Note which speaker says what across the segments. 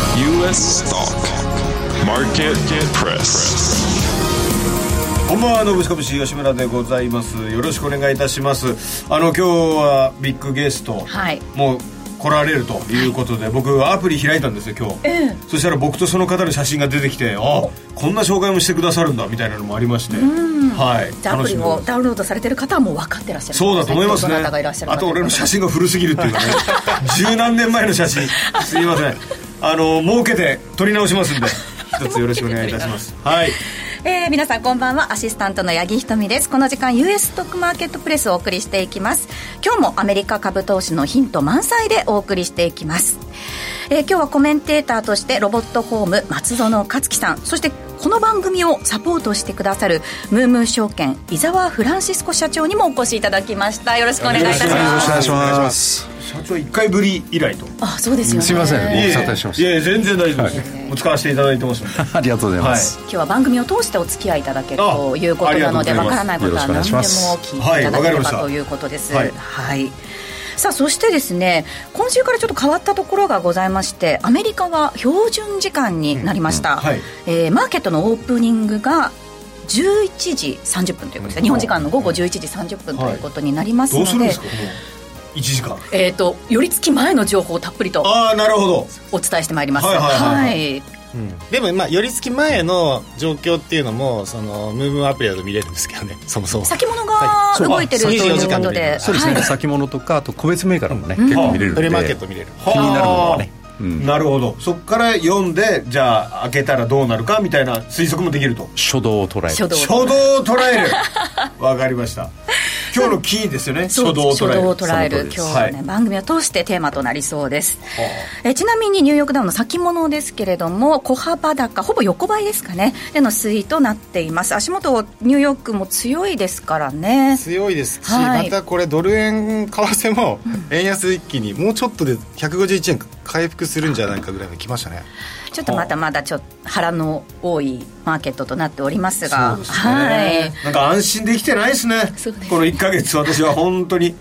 Speaker 1: Press Talk. Market Press.
Speaker 2: こんばんは、のぶしこぶし吉村でございます。よろしくお願いいたします。あの、今日はビッグゲスト、
Speaker 3: はい
Speaker 2: もう来られるということで、僕アプリ開いたんですよ、今日。そしたら僕とその方の写真が出てきて、あ、こんな紹介もしてくださるんだみたいなのもありまして。はい。
Speaker 3: じゃあア
Speaker 2: 楽
Speaker 3: プリ
Speaker 2: しみ
Speaker 3: を
Speaker 2: です
Speaker 3: ダウンロードされてる方はもう分かってらっしゃる
Speaker 2: そうだと思いますね。
Speaker 3: どなたがいらっしゃる
Speaker 2: あと俺の写真が古すぎるっていうね。十何年前の写 真。すいません。あの、儲けて撮り直しますんで、一つよろしくお願いいたします。はい。
Speaker 3: えー皆さんこんばんはアシスタントの八木ひとみですこの時間 US ストックマーケットプレスをお送りしていきます今日もアメリカ株投資のヒント満載でお送りしていきます、えー今日はコメンテーターとしてロボットホーム松園克樹さんそしてこの番組をサポートしてくださるムームー証券伊沢フランシスコ社長にもお越しいただきましたよろしくお願いいたし
Speaker 2: よろしくお願いし
Speaker 3: ま
Speaker 2: ますす
Speaker 4: す。
Speaker 2: 社長一回ぶり以来と。
Speaker 3: あそうですよね
Speaker 4: すいません
Speaker 3: えー
Speaker 4: ご無沙汰してます
Speaker 2: いやいや全然大丈夫です、もう使わせていただいてますんで
Speaker 4: ありがとうござい
Speaker 2: は
Speaker 4: ま
Speaker 2: い
Speaker 4: す。
Speaker 3: 今日は番組を通してお付き合いいただける
Speaker 2: あ
Speaker 3: ということなので
Speaker 2: ありがとうございます
Speaker 3: わからないことは何でも聞いていただ
Speaker 2: は
Speaker 3: ければ
Speaker 2: いわかりました
Speaker 3: ということです。
Speaker 2: は
Speaker 3: はいい、さあそしてですね今週からちょっと変わったところがございましてアメリカは標準時間になりました、
Speaker 2: んはい
Speaker 3: えーマーケットのオープニングが11時30分ということです、日本時間の午後11時30分ということになります
Speaker 2: どう
Speaker 3: ので、
Speaker 2: するんですかこの1時間
Speaker 3: えー、と寄り付き前の情報をたっぷりと
Speaker 2: ああなるほど
Speaker 3: お伝えしてまいります。
Speaker 2: はいはいはいはい
Speaker 3: はい
Speaker 5: でもまあ寄り付き前の状況っていうのもそのムーブアプリだと見れるんですけ どねそもそも
Speaker 3: 先物が
Speaker 4: そう
Speaker 3: 動いてると
Speaker 5: あ
Speaker 3: いう
Speaker 5: 24時
Speaker 3: こ
Speaker 5: 間
Speaker 3: と
Speaker 5: で
Speaker 3: で、
Speaker 4: そうですね、
Speaker 3: はい
Speaker 4: 先物とかあと個別銘柄もね、結構見れるん
Speaker 5: ト
Speaker 4: で。
Speaker 5: レマーケット見れる
Speaker 2: 気
Speaker 4: になるものはねうん
Speaker 2: なるほどそこから読んでじゃあ開けたらどうなるかみたいな推測もできると
Speaker 4: 初動を捉え
Speaker 3: 初
Speaker 4: る。
Speaker 3: 動
Speaker 2: 初動を捉えるわかりました今日のキーですよね初
Speaker 3: そう
Speaker 2: 動を捉える
Speaker 3: 初動を捉える
Speaker 4: その通りです
Speaker 3: 今日はね、
Speaker 2: はい
Speaker 3: 番組を通してテーマとなりそうです、えちなみにニューヨークダウンの先物ですけれども小幅高ほぼ横ばいですかねでの推移となっています足元ニューヨークも強いですからね
Speaker 5: 強いですし、
Speaker 3: はい
Speaker 5: またこれドル円為替も円安一気にもうちょっとで151円回復するんじゃないかぐらいまで来ましたね
Speaker 3: ちょっとまたまだちょっと腹の多いマーケットとなっておりますが
Speaker 2: そうですね、
Speaker 3: はい
Speaker 2: なんか安心できてないですね
Speaker 3: そうです
Speaker 2: この1か月私は本当に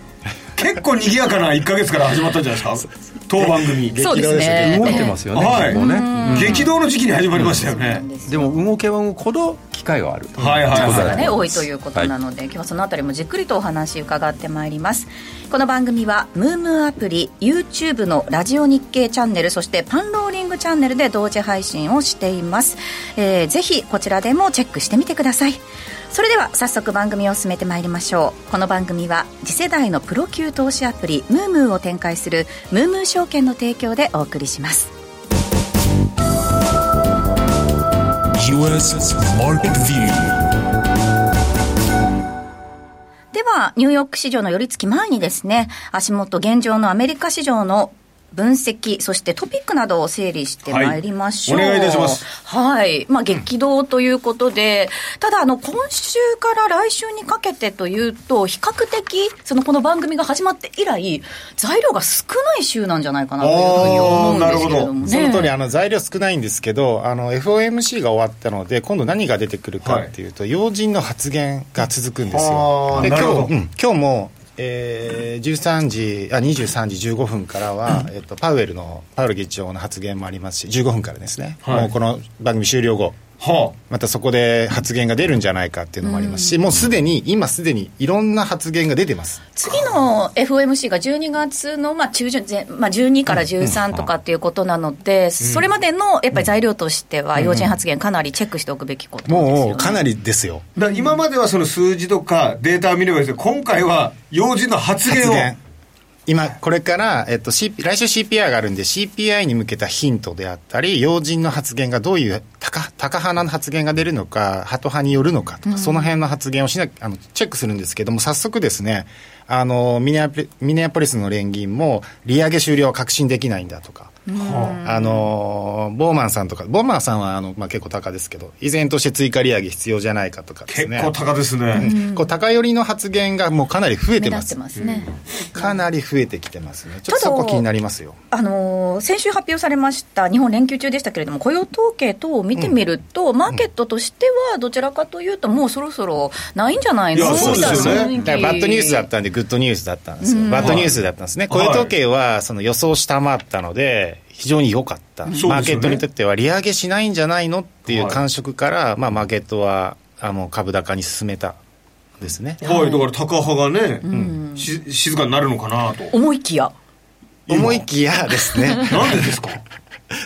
Speaker 2: 結構賑やかな1か月から始まったんじゃない ですか当番組
Speaker 3: そうですね
Speaker 4: 動いてますよね。
Speaker 2: はい
Speaker 4: もうね
Speaker 2: 激動の時期に始まりましたよね、
Speaker 4: でも動けば動くほど機会がある。
Speaker 2: はいはい
Speaker 4: とうことだ
Speaker 3: が
Speaker 4: と
Speaker 3: ね、
Speaker 4: 思
Speaker 3: 多
Speaker 4: ま
Speaker 3: い
Speaker 4: す
Speaker 3: ということな
Speaker 4: は
Speaker 3: ので、今日はそのあたりもじっくりとお話伺ってまいりますこの番組はムームーアプリ YouTube のラジオ日経チャンネルそしてパンローリングチャンネルで同時配信をしています、えーぜひこちらでもチェックしてみてくださいそれでは早速番組を進めてまいりましょうこの番組は次世代のプロ級投資アプリムームーを展開するムームー証券の提供でお送りします
Speaker 1: US Market View.
Speaker 3: では、ニューヨーク市場の寄り付き前にですね、足元現状のアメリカ市場の分析、そしてトピックなどを整理してまいりましょう。
Speaker 2: はいお願いいたします。
Speaker 3: はい。まあ、激動ということで、ただ、あの、今週から来週にかけてというと、比較的、その、この番組が始まって以来、材料が少ない週なんじゃないかなというふうに思うんですけれどもね。
Speaker 5: その通りあの材料少ないんですけどあの FOMC が終わったので今度何が出てくるかっていうと、要人の発言が続くんです
Speaker 2: あ
Speaker 5: よ
Speaker 2: ー
Speaker 5: で
Speaker 2: な
Speaker 5: 今
Speaker 2: るほど
Speaker 5: 日、うん今日も、えー13時あ23時15分からは、えっと、パウエルのパウエル議長の発言もありますし15分からですね、
Speaker 2: はい
Speaker 5: もうこの番組終了後
Speaker 2: は
Speaker 5: またそこで発言が出るんじゃないかっていうのもありますし、もうすでに今すでにいろんな発言が出てます
Speaker 3: 次の FOMC が12月のまあ中旬、前まあ、12から13とかっていうことなので、それまでのやっぱり材料としては、要人発言、かなりチェックしておくべきことなんですよ、ね、
Speaker 5: もうかなりですよ
Speaker 2: あ、だから今まではその数字とかデータを見ればいいですけど今回は要人の発言を
Speaker 5: 発言今これから、えっと CP、来週 CPI があるんで CPI に向けたヒントであったり要人の発言がどういう高高派な発言が出るのかハト派によるのかとか、その辺の発言をしなあのチェックするんですけども早速ですねあのミネアポリミネアポリスの連銀も利上げ終了は確信できないんだとか。あのボーマンさんとか、ボーマンさんはあの、まあ、結構高ですけど、依然として追加利上げ必要じゃないかとかです
Speaker 2: 結
Speaker 5: ね、
Speaker 2: 構高ですね、
Speaker 5: こう高寄りの発言がもうかなり増え
Speaker 3: 目
Speaker 5: てま
Speaker 3: 立っ
Speaker 5: す
Speaker 3: て。ますね。
Speaker 5: かなり増えてきてますね。ちょっと
Speaker 3: た
Speaker 5: そ
Speaker 3: だ
Speaker 5: こ気になりますよ。
Speaker 3: あのー先週発表されました日本連休中でしたけれども雇用統計等を見てみると、マーケットとしてはどちらかというともうそろそろないんじゃない
Speaker 2: い
Speaker 3: の
Speaker 2: やそうですよね
Speaker 3: みたいな雰囲気
Speaker 5: だからバッドニュースだったんで、グッドニュースだったんですよ、バッドニュースだったんですね、
Speaker 2: はい
Speaker 5: 雇用統計はその予想を下回ったので、非常に良かった、
Speaker 2: すよね
Speaker 5: マーケットにとっては利上げしないんじゃないのっていう感触から、まあ、マーケットはあの株高に進めたんですね。
Speaker 2: はい、だから高派がね、し静かになるのかなと。
Speaker 3: 思いきや
Speaker 5: 思いきやですね、
Speaker 2: なんでですか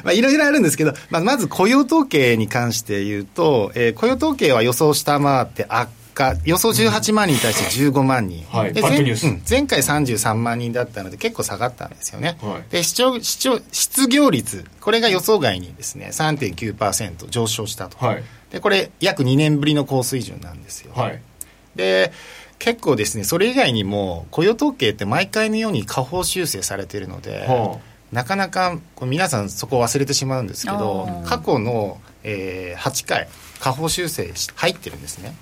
Speaker 5: まあいろいろあるんですけど、まあ、まず雇用統計に関して言うと、えー雇用統計は予想を下回って悪化、予想18万人に対して15万人、
Speaker 2: はい
Speaker 5: で
Speaker 2: バッドニュー
Speaker 5: 前
Speaker 2: ス
Speaker 5: うん前回33万人だったので、結構下がったんですよね、
Speaker 2: はい
Speaker 5: で市長市長失業率、これが予想外にです、ね、3.9%上昇したと、
Speaker 2: はい
Speaker 5: で、これ、約2年ぶりの高水準なんですよ。
Speaker 2: はい。
Speaker 5: で結構ですねそれ以外にも雇用統計って毎回のように下方修正されているので、
Speaker 2: は
Speaker 5: なかなかこう皆さんそこを忘れてしまうんですけど
Speaker 3: あー
Speaker 5: 過去の、えー8回下方修正し入ってるんですね、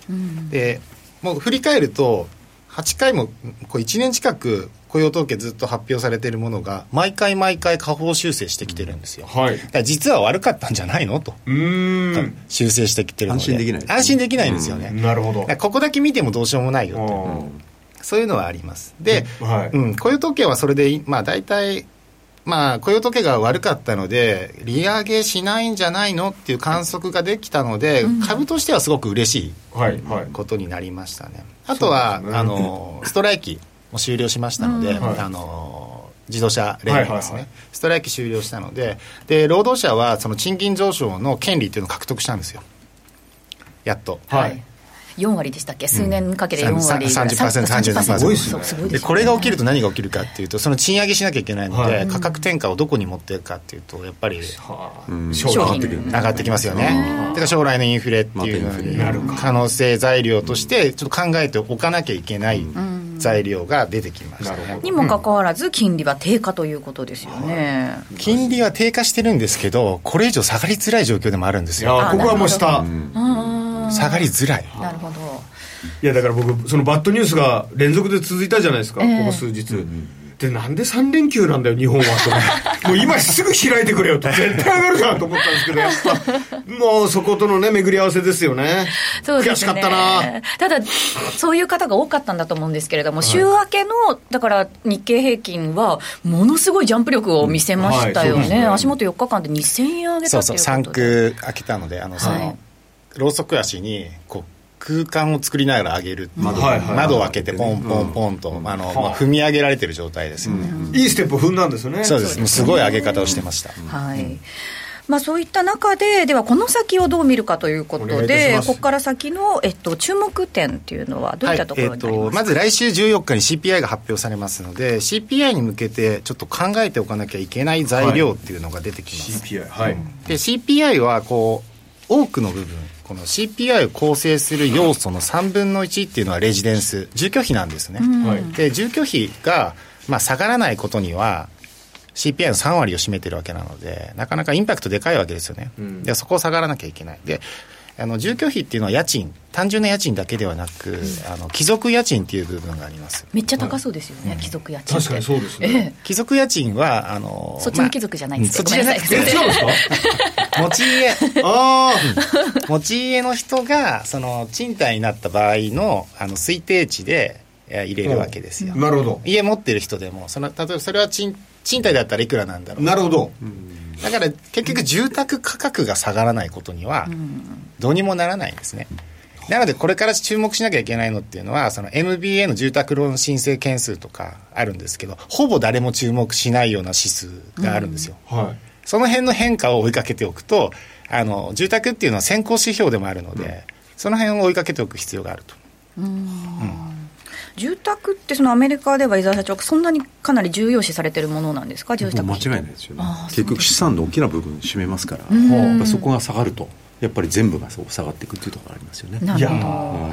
Speaker 5: でもう振り返ると8回もこう1年近く雇用統計ずっと発表されているものが毎回毎回下方修正してきてるんですよ、
Speaker 2: はい
Speaker 5: だから実は悪かったんじゃないのと
Speaker 2: うーん。
Speaker 5: 修正してきてるので
Speaker 6: 安心できない
Speaker 5: 安心できないんですよね、
Speaker 2: なるほど
Speaker 5: だから。ここだけ見てもどうしようもないよと
Speaker 2: う
Speaker 5: そういうのはありますで、
Speaker 2: うんはい
Speaker 5: うん、雇用統計はそれで、まあ、大体、まあ、雇用統計が悪かったので利上げしないんじゃないのっていう観測ができたので、株としてはすごく嬉しい
Speaker 2: んはい、はい。
Speaker 5: ことになりましたねあとは、あのストライキも終了しましたので、
Speaker 2: はい
Speaker 5: あの自動車連盟ですね、
Speaker 2: はいはいはい
Speaker 5: ストライキ終了したのでで労働者はその賃金上昇の権利っていうのを獲得したんですよやっと。
Speaker 2: はい。
Speaker 3: 4割でしたっけ数年かけて4割ぐらい、
Speaker 5: さん30% 37%
Speaker 3: すごい
Speaker 5: す
Speaker 3: ですね
Speaker 5: でこれが起きると何が起きるかっていうとその賃上げしなきゃいけないので、
Speaker 2: はい
Speaker 5: 価格転嫁をどこに持っていくかっていうとやっぱり
Speaker 2: は
Speaker 3: 商
Speaker 2: 商
Speaker 3: 品
Speaker 2: 品
Speaker 5: 上がってきますよねだから将来のインフレっていうの
Speaker 2: ま
Speaker 5: に
Speaker 2: たインフレになるか
Speaker 5: 可能性材料としてちょっと考えておかなきゃいけない材料が出てきました
Speaker 2: なる
Speaker 5: ね
Speaker 2: ほ
Speaker 3: にもかかわらず金利は低下ということですよね、
Speaker 5: 金利は低下してるんですけどこれ以上下がりづらい状況でもあるんです
Speaker 2: い
Speaker 5: よ
Speaker 2: や、ここはもう下。
Speaker 5: 下がりづらい
Speaker 3: なるほど
Speaker 2: いやだから僕そのバッドニュースが連続で続いたじゃないですか、
Speaker 3: ええ
Speaker 2: ここ数日、でなんで3連休なんだよ日本はともう今すぐ開いてくれよと絶対上がるじゃんと思ったんですけどやっぱもうそことのね巡り合わせですよね
Speaker 3: そうで
Speaker 2: 悔し
Speaker 3: す
Speaker 2: か
Speaker 3: ね
Speaker 2: ったな
Speaker 3: ただそういう方が多かったんだと思うんですけれども、週明けのだから日経平均はものすごいジャンプ力を見せまし
Speaker 2: は
Speaker 3: たよね,、
Speaker 2: いそうですね
Speaker 3: 足元4日間で2000円上げた
Speaker 5: そ
Speaker 3: って
Speaker 5: うそ
Speaker 3: いううこと
Speaker 5: 3
Speaker 3: で
Speaker 5: 区開けたのであのその、
Speaker 3: はい
Speaker 5: ろうそく足にこう空間を作りながら上げるっていう
Speaker 2: はいはい
Speaker 5: 窓を開けてポンポンポンと、あのまあ、踏み上げられてる状態ですよね、
Speaker 2: いいステップを踏んだんですよね
Speaker 5: そうですもうすごい上げ方をしてました、
Speaker 3: はいまあ、そういった中で、ではこの先をどう見るかということ
Speaker 2: お願いいたし
Speaker 3: で、
Speaker 2: ます
Speaker 3: ここから先の、えっと、注目点っていうのは、どういったところになりますか、
Speaker 5: まず来週14日に CPI が発表されますので CPI に向けてちょっと考えておかなきゃいけない材料っていうのが出てきます、
Speaker 2: CPI はい、
Speaker 5: で CPI はこう多くの部分この CPI を構成する要素の3分の1っていうのはレジデンス住居費なんですね、
Speaker 2: はい
Speaker 5: で住居費が、まあ、下がらないことには CPI の3割を占めてるわけなのでなかなかインパクトでかいわけですよね、でそこを下がらなきゃいけないであの住居費っていうのは家賃単純な家賃だけではなく、あの貴族家賃っていう部分があります
Speaker 3: めっちゃ高そうですよね、貴族家賃って
Speaker 2: 確かにそうですね、
Speaker 5: 貴族家賃はあの
Speaker 3: そっちの貴族じゃないんですよ
Speaker 5: まあうんそっちじゃなくて
Speaker 2: そうですか
Speaker 5: 持ち家
Speaker 2: あ
Speaker 5: 持ち家の人がその賃貸になった場合のあの推定値でえー入れるわけですよ、
Speaker 2: あなるほど
Speaker 5: 家持ってる人でもその例えばそれは賃賃貸だったらいくらなんだろう
Speaker 2: なるほど、
Speaker 5: だから結局住宅価格が下がらないことにはどうにもならないんですね。なのでこれから注目しなきゃいけないのっていうのはその MBA の住宅ローン申請件数とかあるんですけどほぼ誰も注目しないような指数があるんですよ。
Speaker 2: はい
Speaker 5: その辺の変化を追いかけておくとあの住宅っていうのは先行指標でもあるので、その辺を追いかけておく必要があると。
Speaker 3: 住宅ってそのアメリカでは伊沢社長、そんなにかなり重要視されてるものなんですか、住宅
Speaker 6: もう間違いないですよね結局資産の大きな部分占めますから、やっぱそこが下がるとやっぱり全部がそう下がっていくっていうところがありますよね
Speaker 3: ないる
Speaker 2: や
Speaker 3: ほど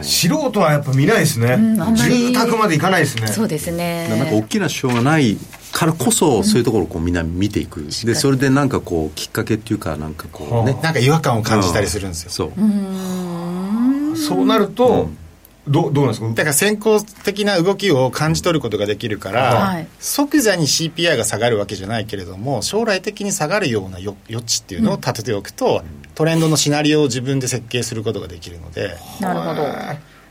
Speaker 2: ー素人はやっぱ見ないですね、
Speaker 3: んあんまり
Speaker 2: 住宅までいかないですね
Speaker 3: そうですね。
Speaker 6: なんか大きな支障がないからこそそういうところをこうみんな見ていく、でそれでなんかこうきっかけっていうかなんかこうね
Speaker 5: なんか違和感を感じたりするんですよ。
Speaker 6: そう
Speaker 2: そうなると、どどうなんですか
Speaker 5: だから先行的な動きを感じ取ることができるから、
Speaker 3: はい
Speaker 5: 即座に CPI が下がるわけじゃないけれども将来的に下がるようなよ余地っていうのを立てておくと、トレンドのシナリオを自分で設計することができるので
Speaker 3: なるほど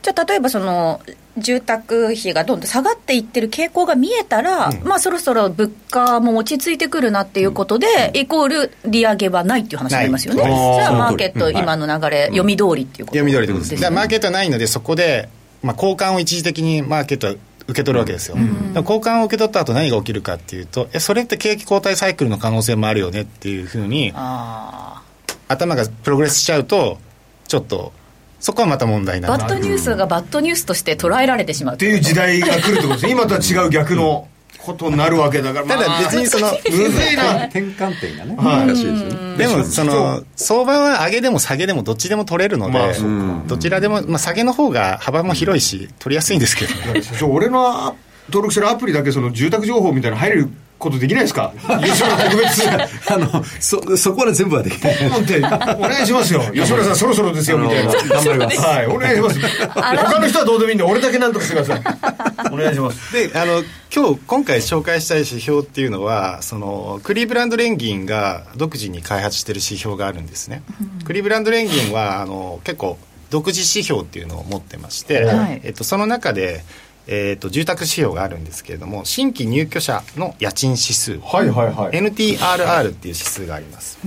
Speaker 3: じゃあ例えばその住宅費がどんどん下がっていってる傾向が見えたら、まあそろそろ物価も落ち着いてくるなっていうことで、イコール利上げはないっていう話になりますよね
Speaker 5: ない
Speaker 3: じゃあ
Speaker 6: うん
Speaker 3: マーケット今の流れ、読み通りっていうこと
Speaker 5: 読み通りってことです、
Speaker 3: ね
Speaker 5: だからマーケットはないのでそこで、まあ、交換を一時的にマーケットは受け取るわけですよ、だから交換を受け取った後何が起きるかっていうとえそれって景気後退サイクルの可能性もあるよねっていうふうに
Speaker 3: あ
Speaker 5: 頭がプログレスしちゃうとちょっとそこはまた問題
Speaker 3: ー
Speaker 5: な
Speaker 3: バ
Speaker 5: ん
Speaker 3: ッドニュースがバッドニュースとして捉えられてしまう
Speaker 2: っていう時代が来るってことですね今とは違う逆のことになるわけだから、
Speaker 5: ただ別にその
Speaker 2: むずいな
Speaker 4: 転換点がね
Speaker 2: はい
Speaker 6: 難しいですよね
Speaker 5: でもその相場は上げでも下げでもどっちでも取れるので、
Speaker 2: まあそうか
Speaker 5: どちらでも、まあ、下げの方が幅も広いし取りやすいんですけどね
Speaker 2: 所長俺の登録してるアプリだけその住宅情報みたいなの入れることできないですか吉村特別
Speaker 6: あのそそこまで全部はできない
Speaker 2: 本店お願いしますよ吉村さんそろそろですよみたいな
Speaker 6: あの頑張ります
Speaker 2: はいお願いします他の人はどうでもいいんで俺だけなんとかしてくださ いお願いします
Speaker 5: で あの今日今回紹介したい指標っていうのはそのクリーブランド連銀が独自に開発してる指標があるんですね、クリーブランド連銀はあの結構独自指標っていうのを持ってまして、
Speaker 3: はい
Speaker 5: えっと、その中で、えっと、住宅指標があるんですけれども新規入居者の家賃指数、
Speaker 2: はいはいはい
Speaker 5: NTRR っていう指数があります、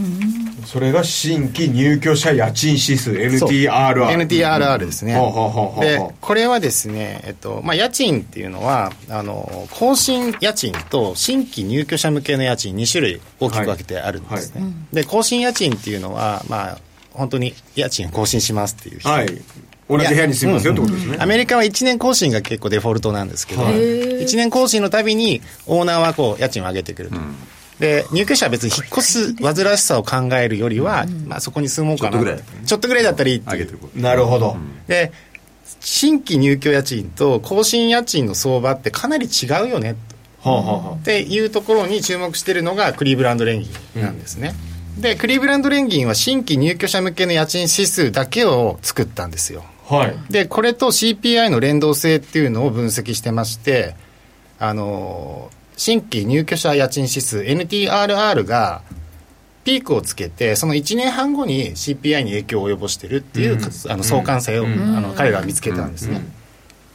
Speaker 2: それが新規入居者家賃指数
Speaker 5: そう
Speaker 2: NTRR
Speaker 5: NTRR ですね
Speaker 2: ほうほうほうほう
Speaker 5: でこれはですね、えっとまあ、家賃っていうのはあの更新家賃と新規入居者向けの家賃2種類大きく分けてあるんですね、
Speaker 2: は
Speaker 5: で更新家賃っていうのはまあ本当に家賃更新しますっていう人、
Speaker 2: はい同じ部屋に住みますよってことですね
Speaker 5: アメリカは1年更新が結構デフォルトなんですけど、
Speaker 2: はいへ
Speaker 5: 1年更新のたびにオーナーはこう家賃を上げてくると。で入居者は別に引っ越す煩わしさを考えるよりは、まあ、そこに住もうかな
Speaker 6: ちょっとぐらい
Speaker 5: ちょっとぐらいだったらいいって
Speaker 6: 上
Speaker 5: い
Speaker 6: げ
Speaker 5: う
Speaker 6: てること
Speaker 2: なるほど、
Speaker 5: で新規入居家賃と更新家賃の相場ってかなり違うよね
Speaker 2: はあはあはあ
Speaker 5: っていうところに注目してるのがクリーブランド連銀なんですね、でクリーブランド連銀は新規入居者向けの家賃指数だけを作ったんですよ
Speaker 2: はい。
Speaker 5: でこれと CPI の連動性っていうのを分析してましてあの新規入居者家賃指数 NTRR がピークをつけてその1年半後に CPI に影響を及ぼしてるっていう、あの相関性を、あの彼らは見つけたんですね、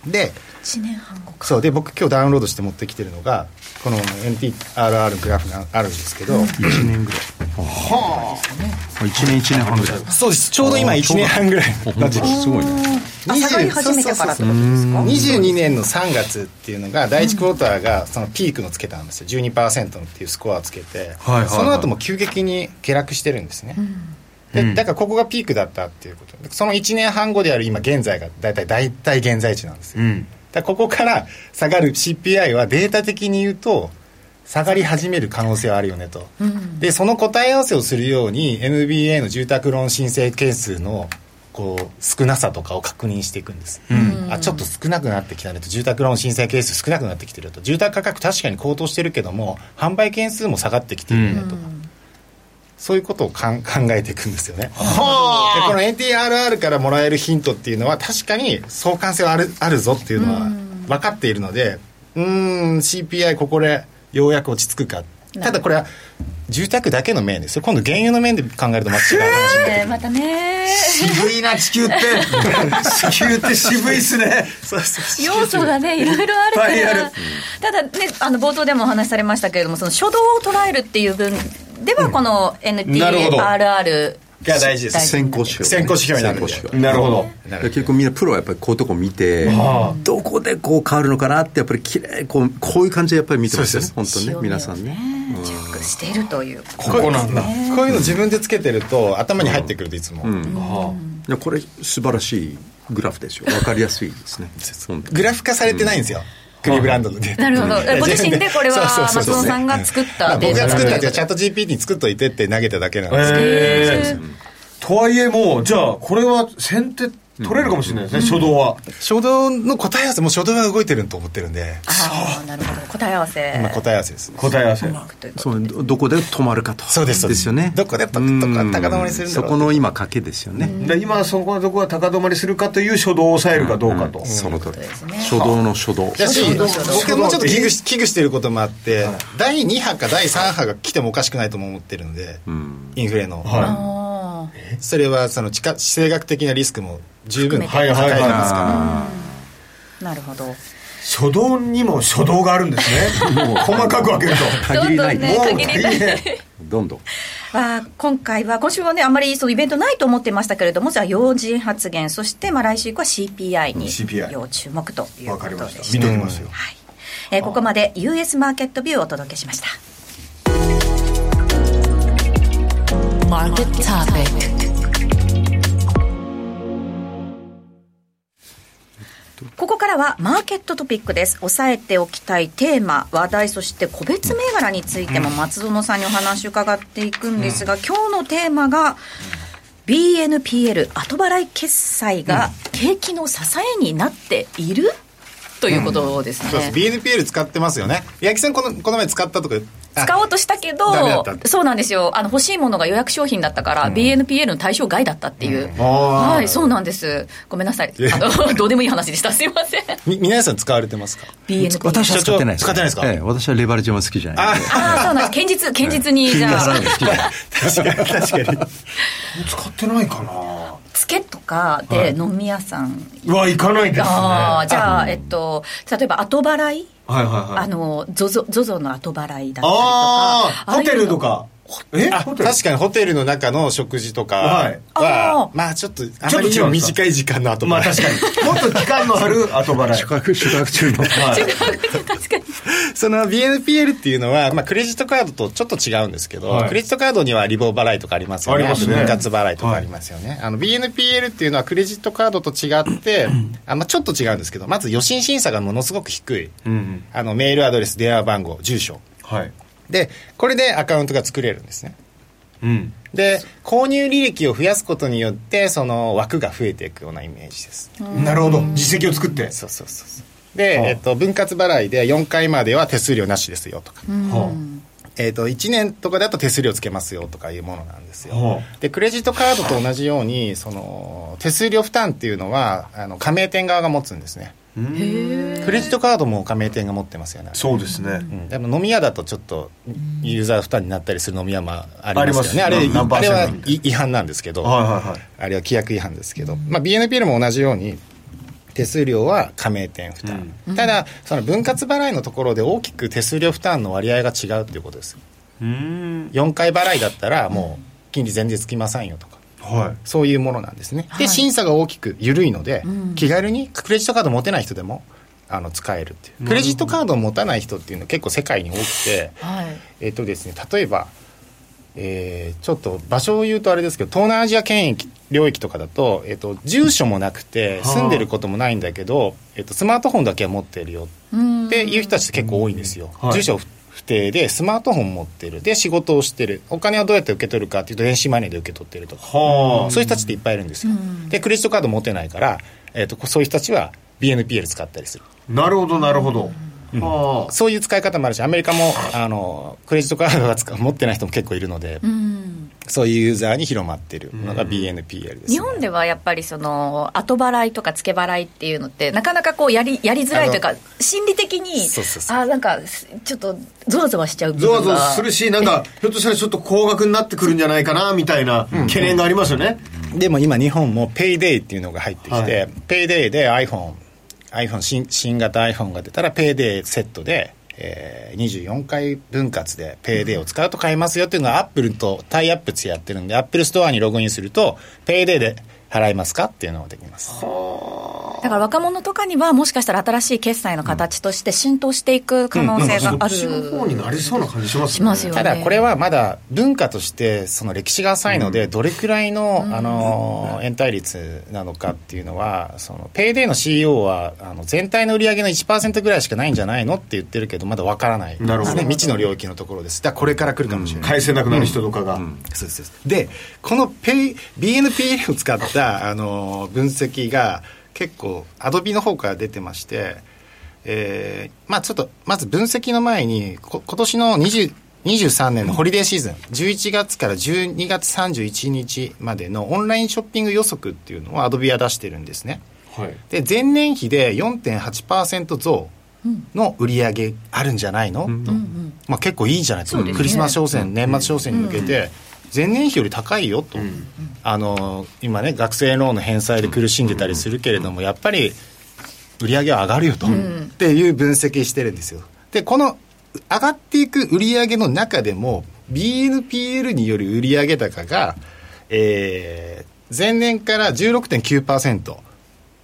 Speaker 5: で
Speaker 3: 1年半後
Speaker 5: そうで僕今日ダウンロードして持ってきてるのがこの NTRR のグラフがあるんですけど、
Speaker 6: 1年ぐらいはあ1年1年半ぐらい
Speaker 5: そうですちょうど今1年半ぐらい
Speaker 6: なんかすごいね
Speaker 3: あ下がり始めてからってことですか
Speaker 5: 22年の3月っていうのが第1クォーターがそのピークのつけたんですよ12%のっていうスコアをつけて、
Speaker 2: はいはい
Speaker 5: その後も急激に下落してるんですね、でだからここがピークだったっていうことでその1年半後である今現在が大体大体現在地なんですよ、だからここから下がる CPI はデータ的に言うと下がり始める可能性はあるよねと、でその答え合わせをするように MBA の住宅ローン申請件数のこう少なさとかを確認していくんです、あちょっと少なくなってきたねと住宅ローン申請件数少なくなってきてると住宅価格確かに高騰してるけども販売件数も下がってきてるよねとか、そういうことをかん 考えていくんですよねでこの NTRR からもらえるヒントっていうのは確かに相関性はあるあるぞっていうのは分かっているのでうーん CPI ここでようやく落ち着くかただこれは住宅だけの面ですよ今度原油の面で考えるとまた違う話になってくる
Speaker 3: ねまたね
Speaker 2: 渋いな、地球って。地球って渋いっすね。
Speaker 3: 要素が ねいろいろあるか
Speaker 2: いっぱいあ
Speaker 3: ら
Speaker 2: る
Speaker 3: ただねあの冒頭でもお話しされましたけれどもその初動を捉えるっていう分ではこの
Speaker 2: なるほど
Speaker 3: NTRR
Speaker 5: が大事です
Speaker 6: 先行指標
Speaker 5: 先行指標になるんで
Speaker 6: 先行指標
Speaker 2: なるほど。
Speaker 6: だから結構みんなプロはやっぱりこういうとこ見てどこでこう変わるのかなってやっぱり綺麗こうこういう感じでやっぱり見てますよね本当にね
Speaker 3: 潮目を
Speaker 6: 皆さんね
Speaker 3: チェックしているという
Speaker 2: ここなんだ。
Speaker 5: こういうの自分でつけてると頭に入ってくるといつも、
Speaker 6: いやこれ素晴らしいグラフでしょ分かりやすいですね本当に
Speaker 5: グラフ化されてないんですよ、クリーブランドのデータ
Speaker 3: なるほどご自身でこれは
Speaker 5: そうそうそうそう
Speaker 3: 松尾さんが作った
Speaker 5: まあ
Speaker 3: デー
Speaker 5: 僕
Speaker 3: タ
Speaker 5: が作った
Speaker 3: ということで
Speaker 5: やつはチャット GPT に作っといてって投げただけなんですけど
Speaker 2: えーとはいえもう、じゃあ、これは先手取れるかもしれないですね、初動は。
Speaker 5: 初動の答え合わせもう初動が動いてると思ってるんで
Speaker 3: ああなるほど答え合わせ
Speaker 5: 今答え合わせです
Speaker 2: 答え合わせ。
Speaker 3: ということ
Speaker 6: そうねどどこで止まるかと
Speaker 5: そうですそうです
Speaker 6: よね
Speaker 5: どこでと
Speaker 6: うん
Speaker 5: どこ高止まりするんだ
Speaker 6: そ
Speaker 5: ろう
Speaker 6: この今賭けですよね、
Speaker 2: で今、そこのとこは高止まりするかという初動を抑えるかどうかと。
Speaker 6: その通り
Speaker 3: ですね
Speaker 6: 初動の初動
Speaker 5: だし
Speaker 3: そうそうそう
Speaker 5: 僕もちょっと危惧し危惧してることもあって、第2波か第3波が来てもおかしくないとも思ってるので、インフレの、
Speaker 2: は
Speaker 3: あー
Speaker 5: それはその地下地政学的なリスクも十分
Speaker 2: い。
Speaker 5: 高
Speaker 2: はいい
Speaker 5: で
Speaker 2: はいはい
Speaker 5: すから
Speaker 2: は
Speaker 3: なるほど
Speaker 2: い。初動にも初動があるんですね。細かく分けると。
Speaker 6: 限りない
Speaker 3: ど んどんね
Speaker 2: もう
Speaker 3: 限りな
Speaker 2: 大
Speaker 3: い
Speaker 2: 変。
Speaker 6: どんどん
Speaker 3: まあ、今回は、今週はね、あんまりそのイベントないと思ってましたけれども、じゃあ、要人発言、そして、まあ、来週以降は CPI
Speaker 2: うん
Speaker 3: に
Speaker 2: CPI
Speaker 3: 要注目という
Speaker 2: わ
Speaker 3: こ
Speaker 2: か
Speaker 3: と
Speaker 2: り
Speaker 3: で
Speaker 2: ま
Speaker 3: した。
Speaker 2: した。見ときますよ。
Speaker 3: はいえーここまで US マーケットビューをお届けしました。
Speaker 7: Market topic.
Speaker 3: ここからはマーケットトピックです。押さえておきたいテーマ、話題、そして個別銘柄についても松園さんにお話を伺っていくんですが、今日のテーマが、BNPL 後払い決済が景気の支えになっている、ということですね。
Speaker 5: そうです BNPL 使ってますよね八木さんこのこの前使ったとかあ
Speaker 3: 使おうとしたけ
Speaker 5: ダメだ
Speaker 3: ど
Speaker 5: ったっ、て
Speaker 3: そうなんですよ。あの、欲しいものが予約商品だったから、BNPL の対象外だったっていう。はい、そうなんです。ごめんなさい。あの、 どうでもいい話でした。すいません。
Speaker 5: み皆さん使われてますか
Speaker 3: BNPL。
Speaker 6: 私は使ってないです
Speaker 5: 社長使ってないですか
Speaker 6: ええ、私はレバレジも好きじゃないんで
Speaker 3: ああ、そうなんです。堅実、堅 実に、じゃあ、
Speaker 2: 使ってないかな。
Speaker 3: つけとかで飲み屋さん。
Speaker 2: うわ、行かないですね。
Speaker 3: ああ、じ
Speaker 2: あ。
Speaker 3: ゃあ、えっと、例えば後払い
Speaker 2: はいはいはい。
Speaker 3: あの、ゾゾ、ゾゾの後払いだったりと
Speaker 2: あ
Speaker 3: か。
Speaker 2: あ、
Speaker 3: ああ
Speaker 2: ホ
Speaker 3: いう
Speaker 2: テ
Speaker 3: の
Speaker 2: ルとか。え
Speaker 5: あ
Speaker 2: ホテル
Speaker 5: 確かにホテルの中の食事とか
Speaker 2: はい
Speaker 5: は、
Speaker 3: あー
Speaker 5: まあちょっとあまりにも短い時間の後
Speaker 2: まあ確かに。 もっと期間のある後払い。
Speaker 6: 宿泊宿泊中の
Speaker 2: はい
Speaker 5: その BNPL っていうのは、まあ、クレジットカードとちょっと違うんですけど、
Speaker 2: はい
Speaker 5: クレジットカードにはリボ払いとかありますよね
Speaker 2: ありますね
Speaker 5: 分割払いとかありますよね、あの BNPL っていうのはクレジットカードと違 ってあ、まあ、ちょっと違うんですけどまず予診審査がものすごく低い、
Speaker 2: うん
Speaker 5: あのメールアドレス電話番号住所
Speaker 2: はい。
Speaker 5: でこれでアカウントが作れるんですね
Speaker 2: うん。
Speaker 5: で購入履歴を増やすことによってその枠が増えていくようなイメージです
Speaker 2: なるほど。実績を作って。
Speaker 5: そうそうそうそうで、えっと、分割払いで4回までは手数料なしですよとか、
Speaker 2: は
Speaker 5: えー、と1年とかだと手数料つけますよとかいうものなんです
Speaker 2: は
Speaker 5: よでクレジットカードと同じようにその手数料負担っていうのはあの加盟店側が持つんですねクレジットカードも加盟店が持ってますよね
Speaker 2: あそうですね。
Speaker 5: うんでも飲み屋だとちょっとユーザー負担になったりする飲み屋もありますよねあ
Speaker 2: あ
Speaker 5: れ
Speaker 2: ります何
Speaker 5: あれは
Speaker 2: パーセントみたい
Speaker 5: 違反なんですけど、
Speaker 2: はいはいはい。
Speaker 5: あれは規約違反ですけど、まあ、BNPL も同じように手数料は加盟店負担、ただその分割払いのところで大きく手数料負担の割合が違うっていうことですよ
Speaker 2: うん。
Speaker 5: 4回払いだったらもう金利全然つきませんよとか
Speaker 2: はい。
Speaker 5: そういうものなんですね、
Speaker 3: い
Speaker 5: で審査が大きく緩いので、気軽にクレジットカード持てない人でもあの使えるっていうクレジットカードを持たない人っていうのは結構世界に多くて、
Speaker 3: はい。
Speaker 5: えっとですね、例えば、えーちょっと場所を言うとあれですけど東南アジア圏域領域とかだと,、えっと住所もなくて
Speaker 2: はあ
Speaker 5: 住んでることもないんだけど、えっとスマートフォンだけは持ってるよっていう人たちって結構多いんですよ、
Speaker 2: はい
Speaker 5: 住所不定でスマートフォン持ってるで仕事をしてるお金はどうやって受け取るかっていうと電子マネーで受け取ってるとか
Speaker 2: は
Speaker 5: そういう人たちっていっぱいいるんですよでクレジットカード持てないから、えっとそういう人たちは BNPL 使ったりする
Speaker 2: あ。なるほどなるほど。は
Speaker 5: そういう使い方もあるし、アメリカもあのクレジットカードが使う持ってない人も結構いるので、そういうユーザーに広まってるのが BNPL です、ね
Speaker 3: 日本ではやっぱりその後払いとか付け払いっていうのってなかなかこうやりやりづらいというか
Speaker 5: あ
Speaker 3: 心理的に
Speaker 5: そうそうそう
Speaker 3: あーなんかすちょっとゾワゾワしちゃう
Speaker 2: あ。
Speaker 3: 部
Speaker 2: ゾワ
Speaker 3: 分
Speaker 2: ゾ
Speaker 3: が
Speaker 2: ワするし、なんか、ひょっとしたらちょっと高額になってくるんじゃないかな、みたいな懸念がありますよね。
Speaker 5: でも今、日本も Payday っていうのが入ってき
Speaker 2: は
Speaker 5: て、Payday で iPhone、iPhone 新新型 iPhone が出たら、Payday セットで、えー24回分割で Payday を使うと買えますよっていうのは、Apple とタイアップしてやってるんで、Apple ストアにログインすると、Payday で払いますかっていうのができます。
Speaker 3: だだから若者とかにはもしかしたら新しい決済の形として浸透していく可能性がある、
Speaker 2: そっちの方になりそうな感じしますね
Speaker 3: しますよね
Speaker 5: ただこれはまだ文化としてその歴史が浅いのでどれくらいのあの延滞率なのかっていうのはそのペイデーの CEO はあの全体の売り上げの1%ぐらいしかないんじゃないのって言ってるけどまだわからない
Speaker 2: なるほど
Speaker 5: ですね未知の領域のところですだからこれから来るかもしれない、
Speaker 2: 返せなくなる人とかが、
Speaker 5: そうですそうですでこのペイ BNPL を使ったあ の分析が結構アドビの方から出てまして、えーまあ、ちょっとまず分析の前にこ今年の20 23年のホリデーシーズン11月から12月31日までのオンラインショッピング予測っていうのをアドビは出してるんですね
Speaker 2: はい
Speaker 5: で前年比で4.8%増の売り上げあるんじゃないの、とまあ、結構いいじゃないですか、クリスマス商戦、年末商戦に向けて、前年比より高いよと、あの今ね、学生ローンの返済で苦しんでたりするけれども、やっぱり売り上げは上がるよと、っていう分析してるんですよ。でこの上がっていく売り上げの中でも BNPL による売上高が、えー前年から16.9%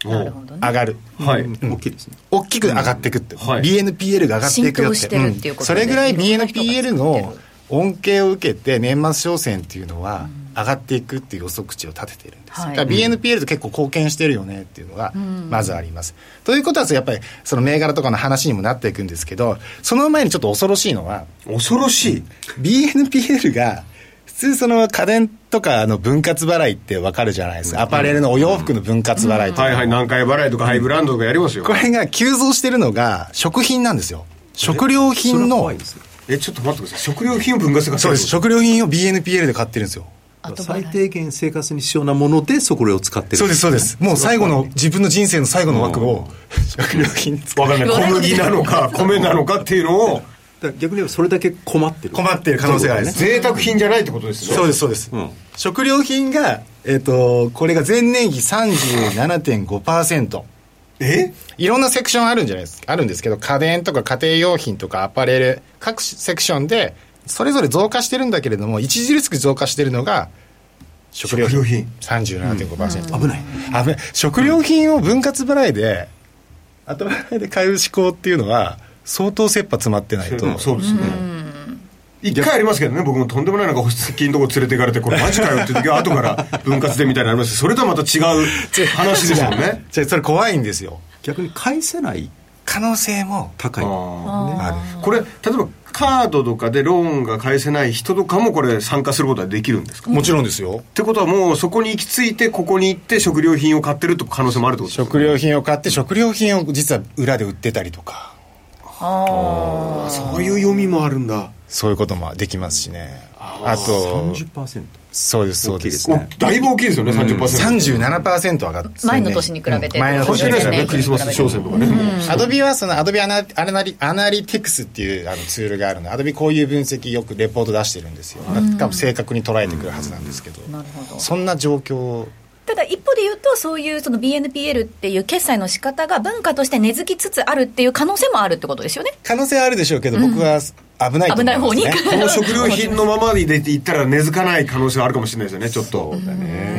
Speaker 3: なるほどね
Speaker 5: 上がる、
Speaker 2: はい、
Speaker 6: 大きいですね
Speaker 5: 大きく上がっていくって、
Speaker 2: はい
Speaker 5: BNPL が上がっていく
Speaker 3: 浸透
Speaker 5: よっ
Speaker 3: して
Speaker 5: て,、
Speaker 3: るっていうこと
Speaker 5: それぐらい
Speaker 3: いろんな人が使ってる
Speaker 5: BNPL の恩恵を受けて年末商戦っていうのは上がっていくっていう予測値を立ててるんです、
Speaker 3: はい
Speaker 5: だから BNPL と結構貢献してるよねっていうのがまずあります、ということはやっぱりその銘柄とかの話にもなっていくんですけどその前にちょっと恐ろしいのは
Speaker 2: 恐ろしい
Speaker 5: BNPL が普通その家電とかの分割払いって分かるじゃないですかアパレルのお洋服の分割払いとか、
Speaker 2: はいはい何回払いとかハイブランドとかやりますよ
Speaker 5: これが急増してるのが食品なんですよ食料品の
Speaker 2: えちょっと待ってください食料品を分割化
Speaker 5: そうです食料品を BNPL で買ってるんですよ
Speaker 3: 後払い
Speaker 6: 最低限生活に必要なものでそこを使ってる
Speaker 5: そうですそうですもう最後の自分の人生の最後の枠を食料品に使
Speaker 2: わかんない小麦なのか米なのかっていうのを
Speaker 6: だから逆に言えばそれだけ困ってる
Speaker 5: 困ってる可能性があるね
Speaker 2: 贅沢品じゃないってことですよ
Speaker 5: そうですそうです、
Speaker 6: ん
Speaker 5: 食料品がえっ、とこれが前年比37.5%
Speaker 2: え
Speaker 5: いろんなセクションあるんじゃないですかあるんですけど家電とか家庭用品とかアパレル各セクションでそれぞれ増加してるんだけれども著しく増加してるのが食料
Speaker 2: 食料
Speaker 5: 品
Speaker 2: 品
Speaker 5: 37.5%、危ない危ない食料品を分割払いで頭払いで買う思考っていうのは相当切羽詰まってないと、
Speaker 2: うんそうですね一回ありますけどね僕もとんでもないなんか保湿金のとこ連れていかれて これマジかよって時は後から分割でみたいになりますそれとはまた違 う話ですもんね
Speaker 5: じゃあそれ怖いんですよ
Speaker 6: 逆に返せない
Speaker 5: 可能性も
Speaker 6: 高い
Speaker 2: あ
Speaker 5: あ
Speaker 2: ー
Speaker 5: る
Speaker 2: これ例えばカードとかでローンが返せない人とかもこれ参加することはできるんですか
Speaker 5: もちろんですよ
Speaker 2: ってことはもうそこに行き着いてここに行って食料品を買ってるって可能性もあるってことですよね
Speaker 5: 食料品を買って食料品を実は裏で売ってたりとか
Speaker 2: そういう読みもあるんだ
Speaker 5: そういうこともできますしねあと
Speaker 6: 30%
Speaker 5: そうですそうです
Speaker 2: おだいぶ大きいですよね30%、
Speaker 5: 37%上がって
Speaker 3: 前の年に比べて
Speaker 5: うん前の
Speaker 2: 欲し
Speaker 5: 年
Speaker 2: く
Speaker 5: に
Speaker 2: ないで
Speaker 5: 比
Speaker 2: すよね
Speaker 5: べて
Speaker 2: クリスマス商戦とかね、
Speaker 5: アドビはそのアドビアナアナリアナリティクスっていうあのツールがあるのでアドビこういう分析よくレポート出してるんですよ多分正確に捉えてくるはずなんですけど
Speaker 3: なるほど
Speaker 5: そんな状況
Speaker 3: ただ一方で言うとそういうその BNPL っていう決済の仕方が文化として根付きつつあるっていう可能性もあるってことですよね
Speaker 5: 可能性はあるでしょうけど僕は危ないと思
Speaker 3: 危
Speaker 5: います、ね
Speaker 3: ない方に行く
Speaker 2: この食料品のままでいったら根付かない可能性はあるかもしれないですよねちょっと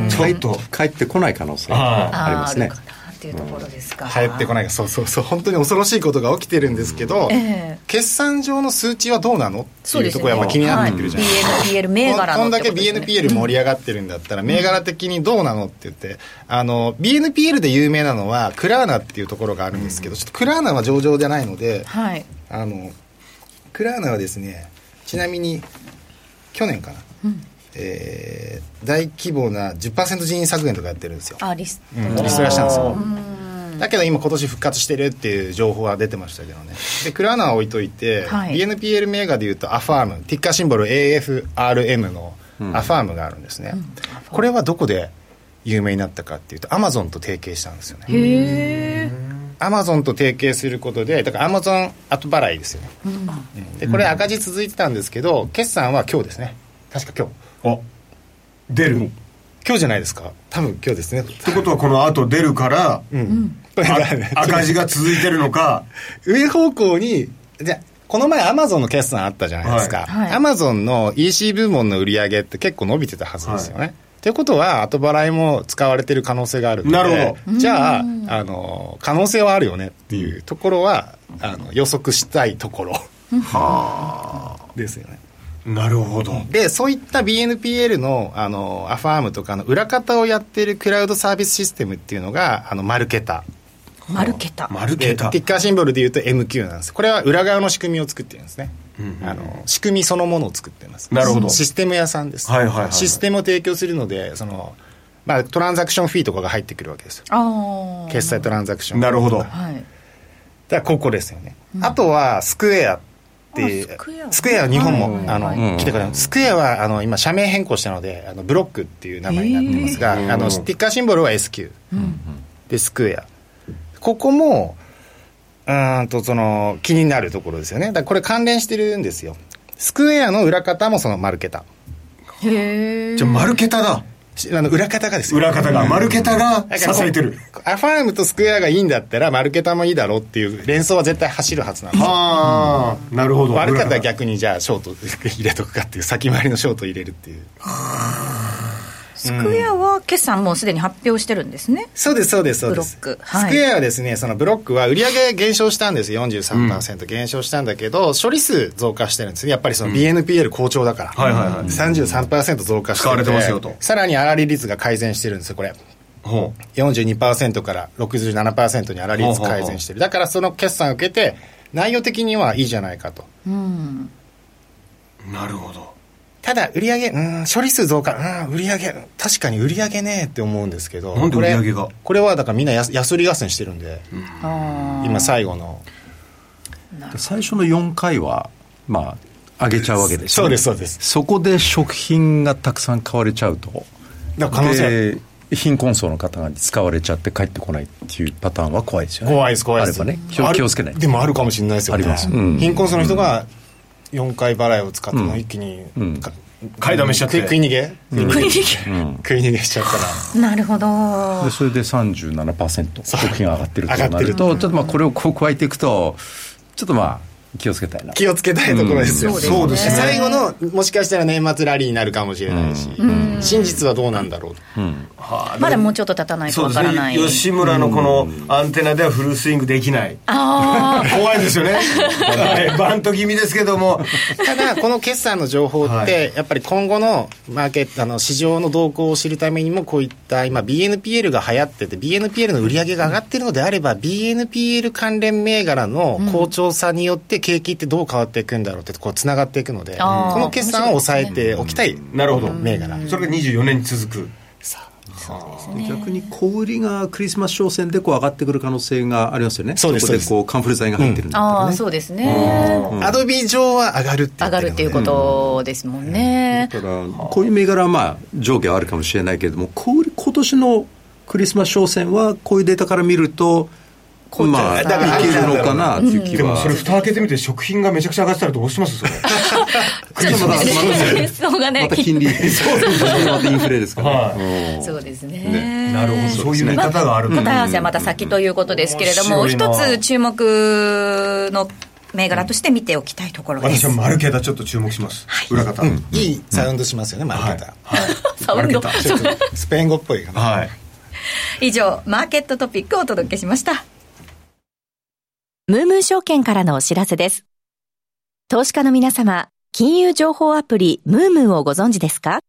Speaker 2: ちょっと
Speaker 6: 返ってこない可能性
Speaker 2: あ
Speaker 6: ありますね
Speaker 3: あーあるかなっていうところですか
Speaker 5: 入ってこないがそうそうそう本当に恐ろしいことが起きてるんですけど、
Speaker 3: ええ
Speaker 5: 決算上の数値はどうなのって
Speaker 3: そう
Speaker 5: い
Speaker 3: で
Speaker 5: う
Speaker 3: す
Speaker 5: と
Speaker 3: よ
Speaker 5: ころ
Speaker 3: ね
Speaker 5: がやっぱ気になってくるじゃないですか、
Speaker 3: はい BNPL 銘柄
Speaker 5: こ
Speaker 3: の
Speaker 5: ん
Speaker 3: っ
Speaker 5: だ
Speaker 3: て
Speaker 5: け
Speaker 3: ことですよね
Speaker 5: BNPL 盛り上がってるんだったら、銘柄的にどうなのって言ってあの BNPL で有名なのはクラーナっていうところがあるんですけど、ちょっとクラーナは上場じゃないので
Speaker 3: はい
Speaker 5: あのクラーナはですねちなみに去年かな、えー大規模な10%人員削減とかやってるんですよ
Speaker 3: あリス
Speaker 5: うんリストラしたんですよだけど今今年復活してるっていう情報は出てましたけどねでクラーナは置いといて、
Speaker 3: はい
Speaker 5: BNPL 銘柄でいうとアファームティッカーシンボル AFRM のアファームがあるんですね、これはどこで有名になったかっていうとアマゾンと提携したんですよねアマゾンと提携することでだからアマゾン後払いですよね、うんでこれ赤字続いてたんですけど決算は今日ですね確か今日
Speaker 2: 出るっ
Speaker 5: 今日じゃないですか多分今日ですね
Speaker 2: てことはこの後出るから、
Speaker 5: これ
Speaker 2: あ
Speaker 5: がね
Speaker 2: 赤字が続いてるのか
Speaker 5: 上方向にじゃあこの前アマゾンの決算あったじゃないです
Speaker 2: は
Speaker 5: か
Speaker 3: はい
Speaker 5: アマゾンの EC 部門の売り上げって結構伸びてたはずですよね、ということは後払いも使われてる可能性があるので
Speaker 2: なるほ
Speaker 5: じゃああの可能性はあるよねっていうところはあの予測したいところですよね
Speaker 2: なるほど
Speaker 5: でそういった BNPL のあのアファームとかの裏方をやってるクラウドサービスシステムっていうのがあのマルケタ
Speaker 3: マルケタ
Speaker 2: マルケ
Speaker 5: で
Speaker 2: タ
Speaker 5: ティッカーシンボルでいうと MQ なんですこれは裏側の仕組みを作ってるんですね、あの仕組みそのものを作ってます
Speaker 2: なるほど
Speaker 5: システム屋さんです、
Speaker 2: はいはいはいはい
Speaker 5: システムを提供するのでその、まあ、トランザクションフィーとかが入ってくるわけですよ
Speaker 3: ああ
Speaker 5: 決済トランザクション
Speaker 2: なるほど
Speaker 3: はい
Speaker 5: だからここですよね、あとはスクエアって
Speaker 3: あスクエア
Speaker 5: スクエアは日本も、
Speaker 3: はい
Speaker 5: あ
Speaker 3: はい
Speaker 5: の、
Speaker 4: うん
Speaker 5: 来てくれますスクエアはあの今社名変更したのであのブロックっていう名前になってますが、あのスティッカーシンボルは SQ、でスクエアここもうーんとその気になるところですよねだからこれ関連してるんですよスクエアの裏方もその丸桁
Speaker 3: へえ
Speaker 2: じゃあマルケタだ
Speaker 5: しあの裏方がですよ
Speaker 2: 裏方がマルケタが
Speaker 5: だ
Speaker 2: 支
Speaker 5: から
Speaker 2: えてる
Speaker 5: アファームとスクエアがいいんだったら丸桁もいいだろうっていう連想は絶対走るはずなんですよ
Speaker 2: ああなるほど
Speaker 5: 悪かったら
Speaker 2: 裏方
Speaker 5: 逆にじゃあショート入れとくかっていう先回りのショート入れるっていう
Speaker 3: スクエアは決算もうすでに発表してるんですね
Speaker 5: そうですそうですそうです
Speaker 3: ブロックはい
Speaker 5: スクエアはですねそのブロックは売上減少したんですよ43%減少したんだけど、処理数増加してるんですねやっぱりその BNPL 好調だから、
Speaker 2: はいはいはい
Speaker 5: 33%増加して
Speaker 2: 使われてますよと
Speaker 5: さらに粗利率が改善してるんですよこれ
Speaker 2: ほ
Speaker 5: 42%から67%に粗利率改善してるだからその決算を受けて内容的にはいいじゃないかと
Speaker 2: うなるほど
Speaker 5: ただ売り上げうん処理数増加うん売り上げ確かに売り上げねえって思うんですけど
Speaker 2: なんで売り上げが
Speaker 5: これこれはだからみんなややすり合戦してるんで、今最後の
Speaker 4: 最初の4回はまあ上げちゃうわけです、
Speaker 5: そうですそうです
Speaker 4: そこで食品がたくさん買われちゃうと
Speaker 5: だから可能性ある
Speaker 4: で貧困層の方に使われちゃって帰ってこないっていうパターンは怖いですよね
Speaker 5: 怖いです怖いです
Speaker 4: あればね気を
Speaker 5: ある
Speaker 4: 気をつけない
Speaker 5: でもあるかもしれないですよね
Speaker 4: ありますうん
Speaker 5: 貧困層の人が4回払いを使っても一気に、か
Speaker 2: 買いだめしちゃって
Speaker 5: 食い食い逃げ食い逃げ食い逃げしちゃうから
Speaker 3: なるほど
Speaker 4: でそれで37%食品が上がってるとな
Speaker 5: 上がって
Speaker 4: る
Speaker 5: る
Speaker 4: とちょっとまあこれをこう加えていくとちょっとまあ気をつけたいな
Speaker 5: 気をつけたいところですよ、
Speaker 3: うんそうですね
Speaker 5: 最後のもしかしたら年末ラリーになるかもしれないし、真実はどうなんだろう、
Speaker 3: まだもうちょっと経たないと
Speaker 2: そう
Speaker 3: わ
Speaker 2: で
Speaker 3: から
Speaker 2: す
Speaker 3: な
Speaker 2: ね
Speaker 3: い
Speaker 2: 吉村のこのアンテナではフルスイングできない
Speaker 3: ああ
Speaker 2: 怖いですよねはいバント気味ですけども
Speaker 5: ただこの決算の情報って、
Speaker 2: はい
Speaker 5: やっぱり今後のマーケットあの市場の動向を知るためにもこういった今 BNPL が流行ってて BNPL の売り上げが上がってるのであれば BNPL 関連銘柄の好調さによって景気ってどう変わっていくんだろうってこうつながっていくので、こ
Speaker 3: あー
Speaker 5: の決算を抑えておきたい
Speaker 2: なるほど
Speaker 5: 銘柄、
Speaker 2: それが24年続く
Speaker 6: 逆に小売りがクリスマス商戦でこう上がってくる可能性がありますよね
Speaker 5: そうです
Speaker 6: こで
Speaker 5: そう
Speaker 6: こうカンフル剤が入ってるんだった
Speaker 3: あ
Speaker 6: ら
Speaker 3: あ
Speaker 6: ね
Speaker 3: そうですね
Speaker 5: アドビ上は上がる
Speaker 3: 上
Speaker 5: って言って
Speaker 3: がる
Speaker 5: るの
Speaker 3: っ
Speaker 5: で
Speaker 3: ていうことですもんね
Speaker 6: だからこういう銘柄はまあ上下はあるかもしれないけれども小売り今年のクリスマス商戦はこういうデータから見るとまあい
Speaker 5: だから
Speaker 6: けるのかなっていう気
Speaker 2: でも
Speaker 6: は
Speaker 2: それ蓋開けてみて食品がめちゃくちゃ上がってたらどうしますそれ
Speaker 3: ちょっとね 連想がね
Speaker 6: また金利またインフレですからね
Speaker 3: そうですね
Speaker 2: なるほどそういう見方がある
Speaker 3: 答え合わせはまた先ということですけれども、
Speaker 2: 面白い
Speaker 3: 一
Speaker 2: な
Speaker 3: つ注目の銘柄として見ておきたいところで
Speaker 2: 私
Speaker 3: す。
Speaker 2: はマルケタちょっと注目します裏方
Speaker 5: いいサウンドしますよね、マーケットは
Speaker 3: サウンド
Speaker 2: マル
Speaker 5: ちょっとスペイン語っぽいかな
Speaker 2: はい
Speaker 3: 以上、マーケットトピックをお届けしました。
Speaker 8: ムームー証券からのお知らせです。投資家の皆様、金融情報アプリムームーをご存知ですか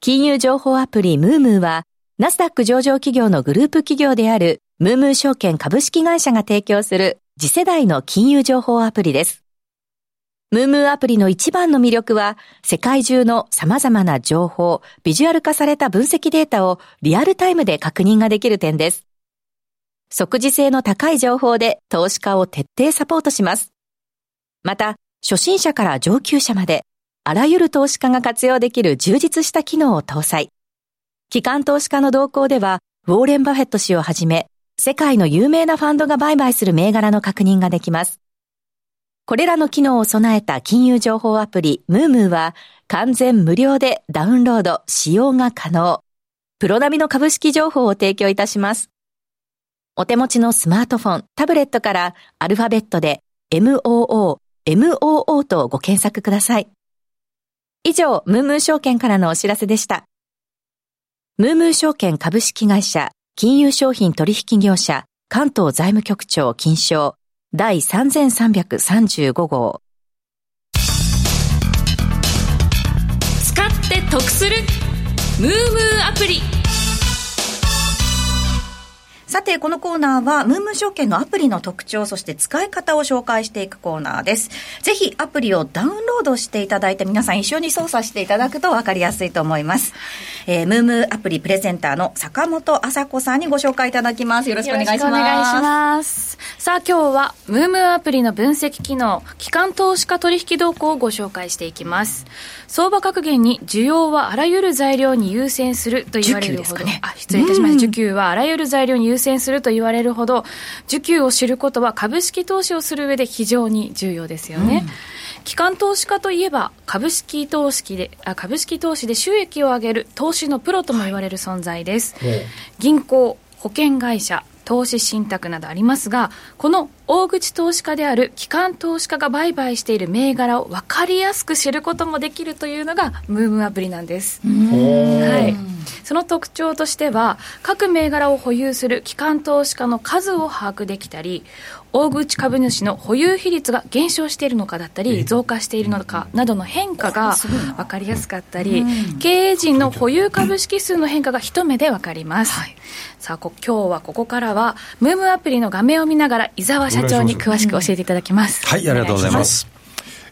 Speaker 8: 金融情報アプリムームーは、ナスダック上場企業のグループ企業であるムームー証券株式会社が提供する次世代の金融情報アプリです。ムームーアプリの一番の魅力は、世界中の様々な情報、ビジュアル化された分析データをリアルタイムで確認ができる点です。即時性の高い情報で投資家を徹底サポートします。また、初心者から上級者まで、あらゆる投資家が活用できる充実した機能を搭載。機関投資家の動向では、ウォーレン・バフェット氏をはじめ、世界の有名なファンドが売買する銘柄の確認ができます。これらの機能を備えた金融情報アプリ、ムームーは、完全無料でダウンロード、使用が可能。プロ並みの株式情報を提供いたします。お手持ちのスマートフォン、タブレットからアルファベットで MOO、MOO とご検索ください。以上、ムームー証券からのお知らせでした。ムームー証券株式会社金融商品取引業者関東財務局長金賞第3335号
Speaker 9: 使って得するムームーアプリ
Speaker 3: さて、このコーナーは、ムーム証券のアプリの特徴、そして使い方を紹介していくコーナーです。ぜひ、アプリをダウンロードしていただいて、皆さん一緒に操作していただくと分かりやすいと思います。えー、ムームアプリプレゼンターの坂本麻子さんにご紹介いただきます。よろしくお願いします。
Speaker 9: よろくお願いしますさあ今日はムームーアプリの分析機能機関投資家取引動向をご紹介していきます相場格言に需要はあらゆる材料に優先すると言われ
Speaker 3: 需給
Speaker 9: るほど
Speaker 3: ですかね
Speaker 9: あ失礼いたしました、需給はあらゆる材料に優先すると言われるほど需給を知ることは株式投資をする上で非常に重要ですよね、機関投資家といえば株式投資であ株式投資で収益を上げる投資のプロとも言われる存在です、銀行保険会社投資信託などありますがこの大口投資家である機関投資家が売買している銘柄を分かりやすく知ることもできるというのがムームアプリなんです、はい、その特徴としては各銘柄を保有する機関投資家の数を把握できたり大口株主の保有比率が減少しているのかだったり増加しているのかなどの変化が分かりやすかったり経営陣の保有株式数の変化が一目で分かります、さあこ今日はここからはムームアプリの画面を見ながら伊沢社長に詳しく教えていただきます
Speaker 4: はい、ありがとうございます。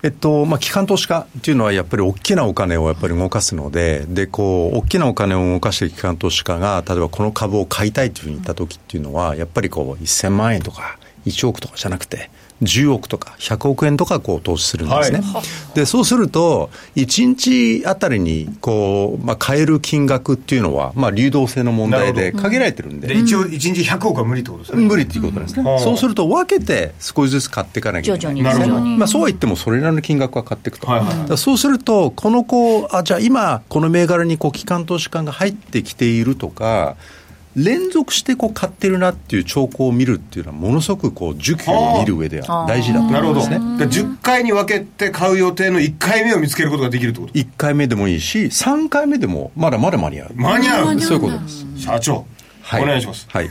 Speaker 4: えっとまあ、機関投資家っていうのはやっぱり大きなお金をやっぱり動かすのででこう大きなお金を動かしてる機関投資家が例えばこの株を買いたいというふうに言った時っていうのはやっぱりこう1000万円とか1億とかじゃなくて10億とか100億円とかこう投資するんですね、でそうすると1日あたりにこう、まあ、買える金額っていうのは、まあ、流動性の問題
Speaker 2: な
Speaker 4: で
Speaker 2: る
Speaker 4: 限られてるんで
Speaker 2: で一応1日100億は無理ってことですね、
Speaker 4: 無理っていうことなんですね、
Speaker 2: うん
Speaker 4: そうすると分けて少しずつ買っていかなきゃいけない
Speaker 2: なるほど
Speaker 4: まあ、そうは言ってもそれなりの金額は買っていくと、
Speaker 2: はいはい
Speaker 4: だからそうするとこのこうあじゃあ今この銘柄にこう機関投資家が入ってきているとか連続してこう買ってるなっていう兆候を見るっていうのはものすごくこう需給を見る上では大事だと
Speaker 2: なる
Speaker 4: 思
Speaker 2: ほ
Speaker 4: うん
Speaker 2: ど、
Speaker 4: ですね
Speaker 2: だから10回に分けて買う予定の1回目を見つけることができるってこと
Speaker 4: 1回目でもいいし3回目でもまだまだ間に合う
Speaker 2: 間に合う
Speaker 4: そういうことです
Speaker 2: 社長、
Speaker 4: はい、
Speaker 2: お願いします、
Speaker 4: はい、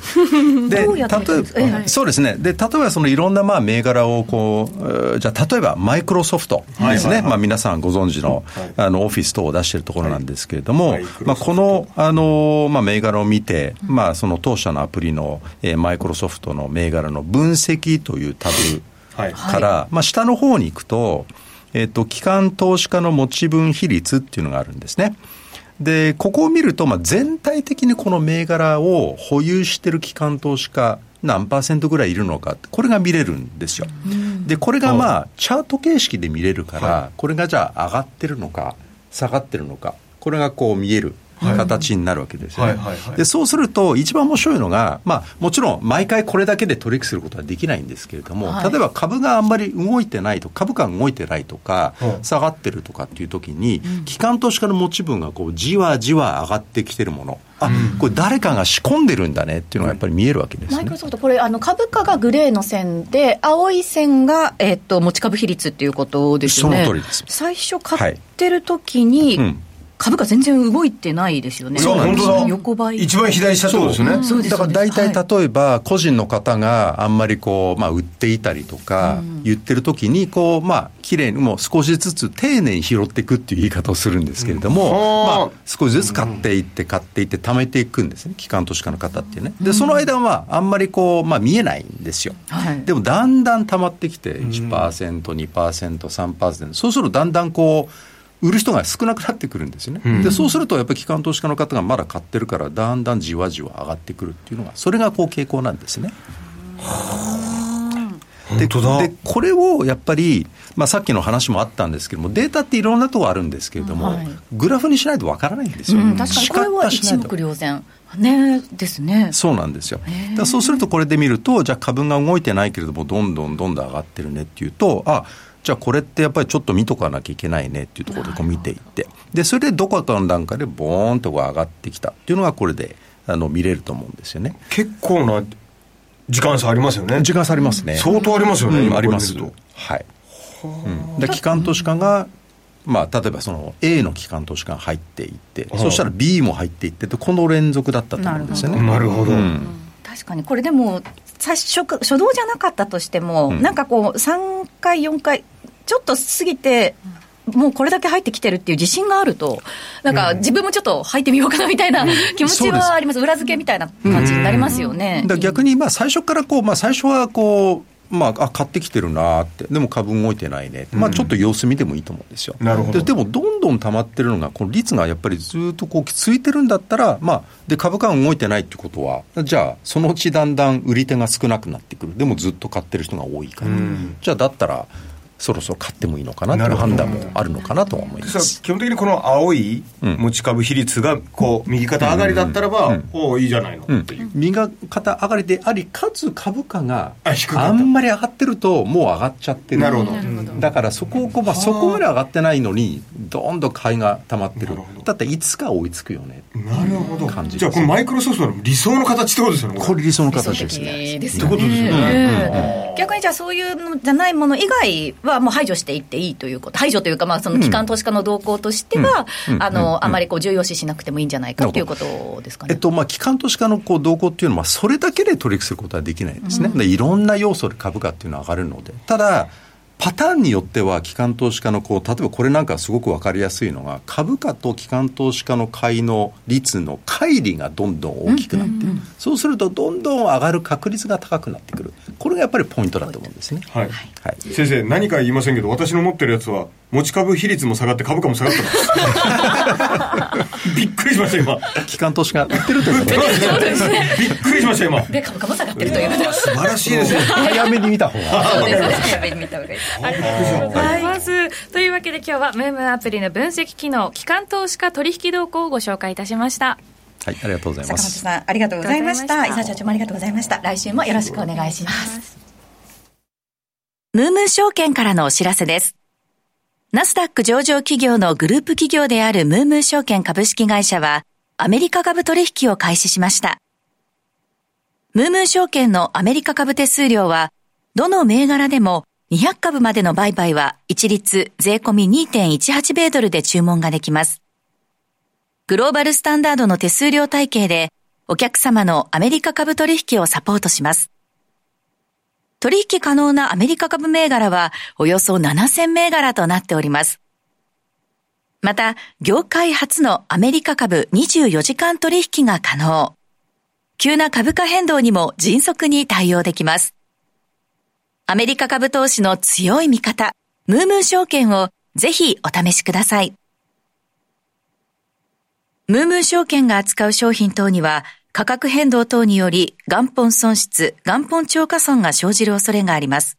Speaker 3: どうやって
Speaker 4: で例えば、そうですねで例えばそのいろんなまあ銘柄をこうえーじゃあ例えばマイクロソフトです
Speaker 2: はいはい
Speaker 4: ね
Speaker 2: はい
Speaker 4: まあ皆さんご存知の,、
Speaker 2: はい
Speaker 4: あのオフィス等を出しているところなんですけれども、
Speaker 2: はいマイク
Speaker 4: ま
Speaker 2: ロ
Speaker 4: あ、
Speaker 2: ソフト
Speaker 4: この、あのまあ、銘柄を見て、まあ、その当社のアプリの、えーマイクロソフトの銘柄の分析というタブ
Speaker 2: はい
Speaker 4: から、まあ、下の方に行くと、えっ、と、機関投資家の持ち分比率っていうのがあるんですね。で、ここを見ると、まあ、全体的にこの銘柄を保有してる機関投資家、何パーセントぐらいいるのか、これが見れるんですよ。で、これがまあ、チャート形式で見れるから、これがじゃあ上がってるのか、下がってるのか、これがこう見える形になるわけですよね。
Speaker 2: はいはいはい
Speaker 4: でそうすると一番面白いのが、まあ、もちろん毎回これだけで取引することはできないんですけれども、例えば株があんまり動いてないと株価が動いてないとか、
Speaker 2: うん
Speaker 4: 下がってるとかっていう時に、機関投資家の持ち分がこうじわじわ上がってきてるものあ、これ誰かが仕込んでるんだねっていうのがやっぱり見えるわけです
Speaker 3: マ
Speaker 4: ね
Speaker 3: イク。ロソフト、これ、あの株価がグレーの線で、青い線が、えっと持ち株比率っていうことですよね、
Speaker 4: その通りです
Speaker 3: 最初、買ってる時に、
Speaker 4: はいうん
Speaker 3: 株価全然動いてないですよね、
Speaker 2: そうなんですよ
Speaker 3: 横ばい、
Speaker 2: 一番左下ってことですよね、
Speaker 3: そうです
Speaker 4: だから大体
Speaker 3: はい
Speaker 4: 例えば個人の方があんまりこう、まあ、売っていたりとか言ってる時にこうまあ綺麗にもう少しずつ丁寧に拾っていくっていう言い方をするんですけれども、まあ、少しずつ買っていって買っていって貯めていくんですね機関投資家の方っていうねでその間はあんまりこう、まあ、見えないんですよ
Speaker 3: はい
Speaker 4: でもだんだん溜まってきて 1%2%3% そうするとだんだんこう売る人が少なくなってくるんですよね、でそうするとやっぱり機関投資家の方がまだ買ってるからだんだんじわじわ上がってくるっていうのがそれがこう傾向なんですねででこれをやっぱり、まあ、さっきの話もあったんですけどもデータっていろんなとこあるんですけれども、
Speaker 3: はい
Speaker 4: グラフにしないとわからないんですよ、
Speaker 3: うん、確かに
Speaker 4: 視
Speaker 3: これ
Speaker 4: 覚
Speaker 3: は
Speaker 4: 化しな
Speaker 3: 一
Speaker 4: いと
Speaker 3: 目瞭然ねですね
Speaker 4: そうなんですよ。だからそうするとこれで見ると、じゃあ株が動いてないけれども、どんどんどんどん上がってるねっていうと、あじゃあこれってやっぱりちょっと見とかなきゃいけないねっていうところでこう見ていって、で、それでどこかの段階でボーンとこう上がってきたっていうのがこれで、あの、見れると思うんですよね。
Speaker 2: 結構な時間差ありますよね
Speaker 4: 時間差ありますね。
Speaker 2: 相当ありますよね、
Speaker 4: うん
Speaker 2: 今
Speaker 4: あります
Speaker 2: これ見ると。
Speaker 4: はい。うん、で、機関投資家が、まあ、例えばその A の機関投資家が入っていって、そしたら B も入っていってとこの連続だったと思うんですよね。
Speaker 2: なるほど、
Speaker 4: うん
Speaker 3: 確かにこれでも最初初動じゃなかったとしても、
Speaker 4: ん
Speaker 3: なんかこう3回4回ちょっと過ぎてもうこれだけ入ってきてるっていう自信があるとなんか自分もちょっと入ってみようかなみたいな気持ちはあります裏付けみたいな感じになりますよね、
Speaker 4: だから逆にまあ最初からこう、まあ、最初はこう、まあ、あ買ってきてるなーってでも株動いてないね、まあ、ちょっと様子見てもいいと思うんですよ、
Speaker 2: なるほど
Speaker 4: ででもどんどん溜まってるのがこの率がやっぱりずっとこうついてるんだったら、まあ、で株価が動いてないってことはじゃあそのうちだんだん売り手が少なくなってくるでもずっと買ってる人が多いから、じゃあだったらそろそろ買ってもいいのかなっていう判断もあるのかなとは思いま
Speaker 2: さ
Speaker 4: す。
Speaker 2: 基本的にこの青い持ち株比率がこう右肩上がりだったらば、おおいいじゃないのっていう、
Speaker 4: 磨方上がりでありかつ株価が
Speaker 2: あ低かった
Speaker 4: あんまり上がってるともう上がっちゃってる
Speaker 2: なるほど
Speaker 4: だからそこをこう、まあ、そこまで上がってないのにどんどん買いが溜まってる
Speaker 2: なるほど
Speaker 4: だっていつか追いつくよね
Speaker 2: なるほど
Speaker 4: 感じです
Speaker 2: じゃあこのマイクロソフトの理想の形ってことですよね
Speaker 4: これ理想の
Speaker 3: 理
Speaker 4: 形で
Speaker 3: 想
Speaker 4: す
Speaker 3: 的
Speaker 4: ね
Speaker 3: です
Speaker 2: ってことですよね
Speaker 3: ええ逆にじゃあそういうのじゃないもの以外はもう排除していっていいということ排除というかまあその機関投資家の動向としては、あのあまりこう重要視しなくてもいいんじゃないかということですかね。
Speaker 4: えっとまあ、機関投資家のこう動向っていうのはそれだけで取引することはできないですね、でいろんな要素で株価っていうのは上がるのでただパターンによっては機関投資家のこう例えばこれなんかすごく分かりやすいのが株価と機関投資家の買いの率の乖離がどんどん大きくなっている、そうするとどんどん上がる確率が高くなってくるこれがやっぱりポイントだと思うんですね。
Speaker 2: はい、
Speaker 4: はい
Speaker 2: 先生何か言いませんけど私の持ってるやつは持ち株比率も下がって株価も下がってます びっくりしました今
Speaker 4: 機関投資家売ってるということで
Speaker 2: びっくりしました今
Speaker 3: で株価も下がってるということです。
Speaker 2: 素晴らしいですね
Speaker 4: 早めに見た方が
Speaker 3: そうですね。 やべ見た方がいい
Speaker 9: ありがとうございます。というわけで今日はムームーアプリの分析機能、機関投資家取引動向をご紹介いたしました。
Speaker 4: はい、ありがとうござい
Speaker 3: 坂本
Speaker 4: ます。
Speaker 3: さんありがとうございまし
Speaker 9: あ
Speaker 3: た。伊
Speaker 9: りがとうございました
Speaker 3: 沢社長もありがとうございました。来週もよろしくお願いします。
Speaker 8: ムームン証券からのお知らせです。ナスダック上場企業のグループ企業であるムームン証券株式会社は、アメリカ株取引を開始しました。ムームン証券のアメリカ株手数料は、どの銘柄でも200株までの売買は一律税込み2.18米ドルで注文ができます。グローバルスタンダードの手数料体系で、お客様のアメリカ株取引をサポートします。取引可能なアメリカ株銘柄はおよそ7000銘柄となっております。また、業界初のアメリカ株24時間取引が可能。急な株価変動にも迅速に対応できます。アメリカ株投資の強い味方、ムームー証券をぜひお試しください。ムームー証券が扱う商品等には、価格変動等により元本損失、元本超過損が生じる恐れがあります。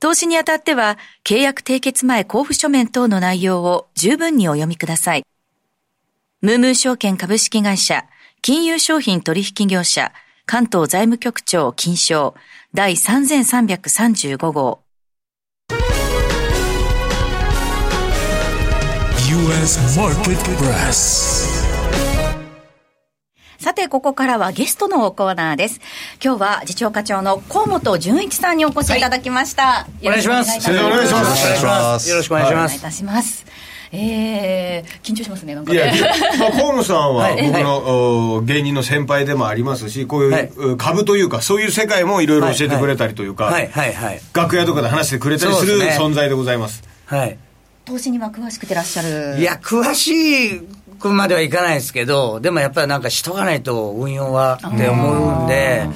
Speaker 8: 投資にあたっては、契約締結前交付書面等の内容を十分にお読みください。ムームー証券株式会社、金融商品取引業者、関東財務局長金賞、第3335号。
Speaker 1: U.S. Market Press.
Speaker 3: さて、ここからはゲストのコーナーです。今日は次長課長の河本純一さんにお越しいただきました。
Speaker 10: お願いします。
Speaker 3: よろくお願いいた
Speaker 2: お願いします
Speaker 4: お願いします
Speaker 10: よろしくお願いし
Speaker 3: お
Speaker 10: ま
Speaker 3: 願いい
Speaker 10: す。
Speaker 3: たします。えー、緊張しますね、なんか
Speaker 2: いや、
Speaker 3: ね。
Speaker 2: まあ、河野さんは
Speaker 10: はい
Speaker 2: 僕の、お芸人の先輩でもありますしこういう、
Speaker 10: はいう
Speaker 2: 株というかそういう世界もいろいろ教えてくれたりというか、
Speaker 10: はいはいはい
Speaker 2: 楽屋とかで話してくれたりす
Speaker 10: そう
Speaker 2: る
Speaker 10: ですね
Speaker 2: 存在でございます
Speaker 10: はい。
Speaker 3: 投資には詳しくてらっしゃる。
Speaker 10: いや、詳しくまではいかないですけど、でもやっぱりなんかしとかないと運用はって思うんで、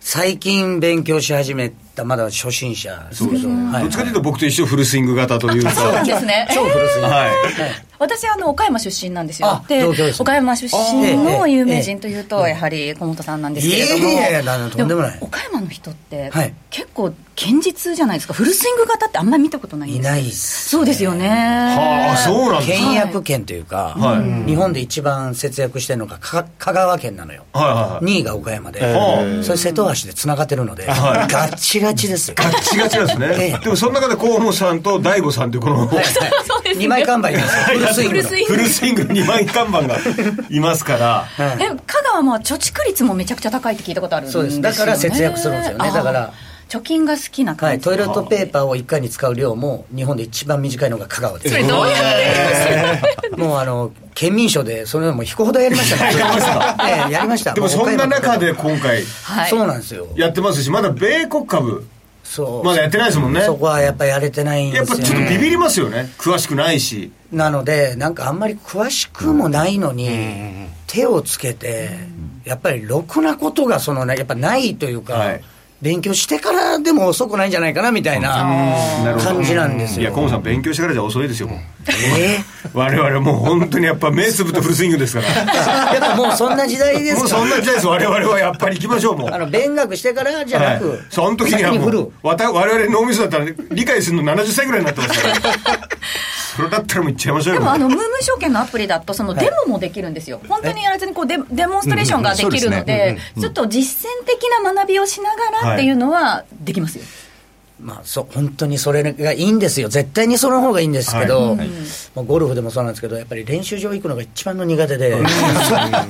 Speaker 10: 最近勉強し始めた、まだ初心者ですけど、はい
Speaker 2: どっちかというと僕と一緒フルスイング型というか
Speaker 3: そうなんですね。
Speaker 10: 超古すぎ
Speaker 2: はい
Speaker 3: 私、あの、岡山出身なんですよ
Speaker 10: あ。
Speaker 3: で、
Speaker 10: 同郷ですね
Speaker 3: 岡山出
Speaker 10: あ
Speaker 3: 身
Speaker 10: えええ
Speaker 3: の
Speaker 10: え
Speaker 3: 有名人というと、やはり小本さんなんですけれども。
Speaker 10: いやいやいやなんでとんでもない
Speaker 3: 岡山の人って
Speaker 10: はい、
Speaker 3: 結構、堅実じゃないですか。フルスイング型ってあんまり見たことないん
Speaker 10: い
Speaker 3: ですよ
Speaker 10: ないっす。
Speaker 3: そうですよね。
Speaker 2: はあそうなんです
Speaker 10: 倹約県というか、日本で一番節約してるのがか香川県なのよ。
Speaker 2: はいはいはい
Speaker 10: 2位が岡山で、
Speaker 2: ー
Speaker 10: それ瀬戸大橋でつながってるので、
Speaker 2: はい
Speaker 10: ガッチガチですよ。
Speaker 2: ガッチガチなんですね、
Speaker 10: ええ
Speaker 2: でもその中で河野さんと大悟さんというこの、
Speaker 3: そうですね
Speaker 10: 2枚看 板ですフルスイングの
Speaker 3: フルスイング
Speaker 2: フルスイングの2枚看板がいますから
Speaker 10: はい
Speaker 3: え香川も貯蓄率もめちゃくちゃ高いって聞いたことあるんです
Speaker 10: そ
Speaker 3: よ、
Speaker 10: う
Speaker 3: ね、
Speaker 10: ですだから節約するんですよねだから
Speaker 3: あ貯金が好きな
Speaker 10: は
Speaker 3: 感
Speaker 10: い、
Speaker 3: じ、
Speaker 10: トイレットペーパーを1回に使う量も日本で一番短いのが香川です
Speaker 9: それどうや
Speaker 10: もうあの県民賞でそれでもう引くほどやりま したねやりました、ええやりました
Speaker 2: でもそんな中で今回
Speaker 3: はい
Speaker 10: そうなんですよ
Speaker 2: やってますしまだ米国株
Speaker 10: そう
Speaker 2: まだやってないですもんね
Speaker 10: そこはやっぱやれてないんで
Speaker 2: や
Speaker 10: すよ、
Speaker 2: っ
Speaker 10: ね、
Speaker 2: ぱちょっとビビりますよね詳しくないし
Speaker 10: なのでなんかあんまり詳しくもないのに、手をつけて、やっぱりろくなことがそのねやっぱないというか、
Speaker 2: はい
Speaker 10: 勉強してからでも遅くないんじゃないかなみたい
Speaker 2: な
Speaker 10: な
Speaker 2: るほど
Speaker 10: 感じなんです
Speaker 2: いや
Speaker 10: よ。
Speaker 2: 河野さん勉強してからじゃ遅いですよもう
Speaker 10: え
Speaker 2: 我々もう本当にやっぱ目つぶとフルスイングですから
Speaker 10: ー、やっぱもうそんな時代です
Speaker 2: もう
Speaker 10: か
Speaker 2: そんな時代です我々はやっぱり行きましょうもう
Speaker 10: あの勉学してからじゃなく、
Speaker 2: はい、その時にはも
Speaker 10: 先振
Speaker 2: う
Speaker 10: る
Speaker 2: わた我々脳みそだったらね理解するの70歳ぐらいになってますから それだったらもう行っちゃいましょう
Speaker 3: で
Speaker 2: よ
Speaker 3: もあのムーム証券のアプリだとそのデモもできるんですよ、本当にやらずにこうデデモンストレーションができるので,、ちょっと実践的な学びをしながらっていうのはできますよ、
Speaker 10: まあ、そう本当にそれがいいんですよ、絶対にその方がいいんですけど、もうゴルフでもそうなんですけど、やっぱり練習場行くのが一番の苦手で、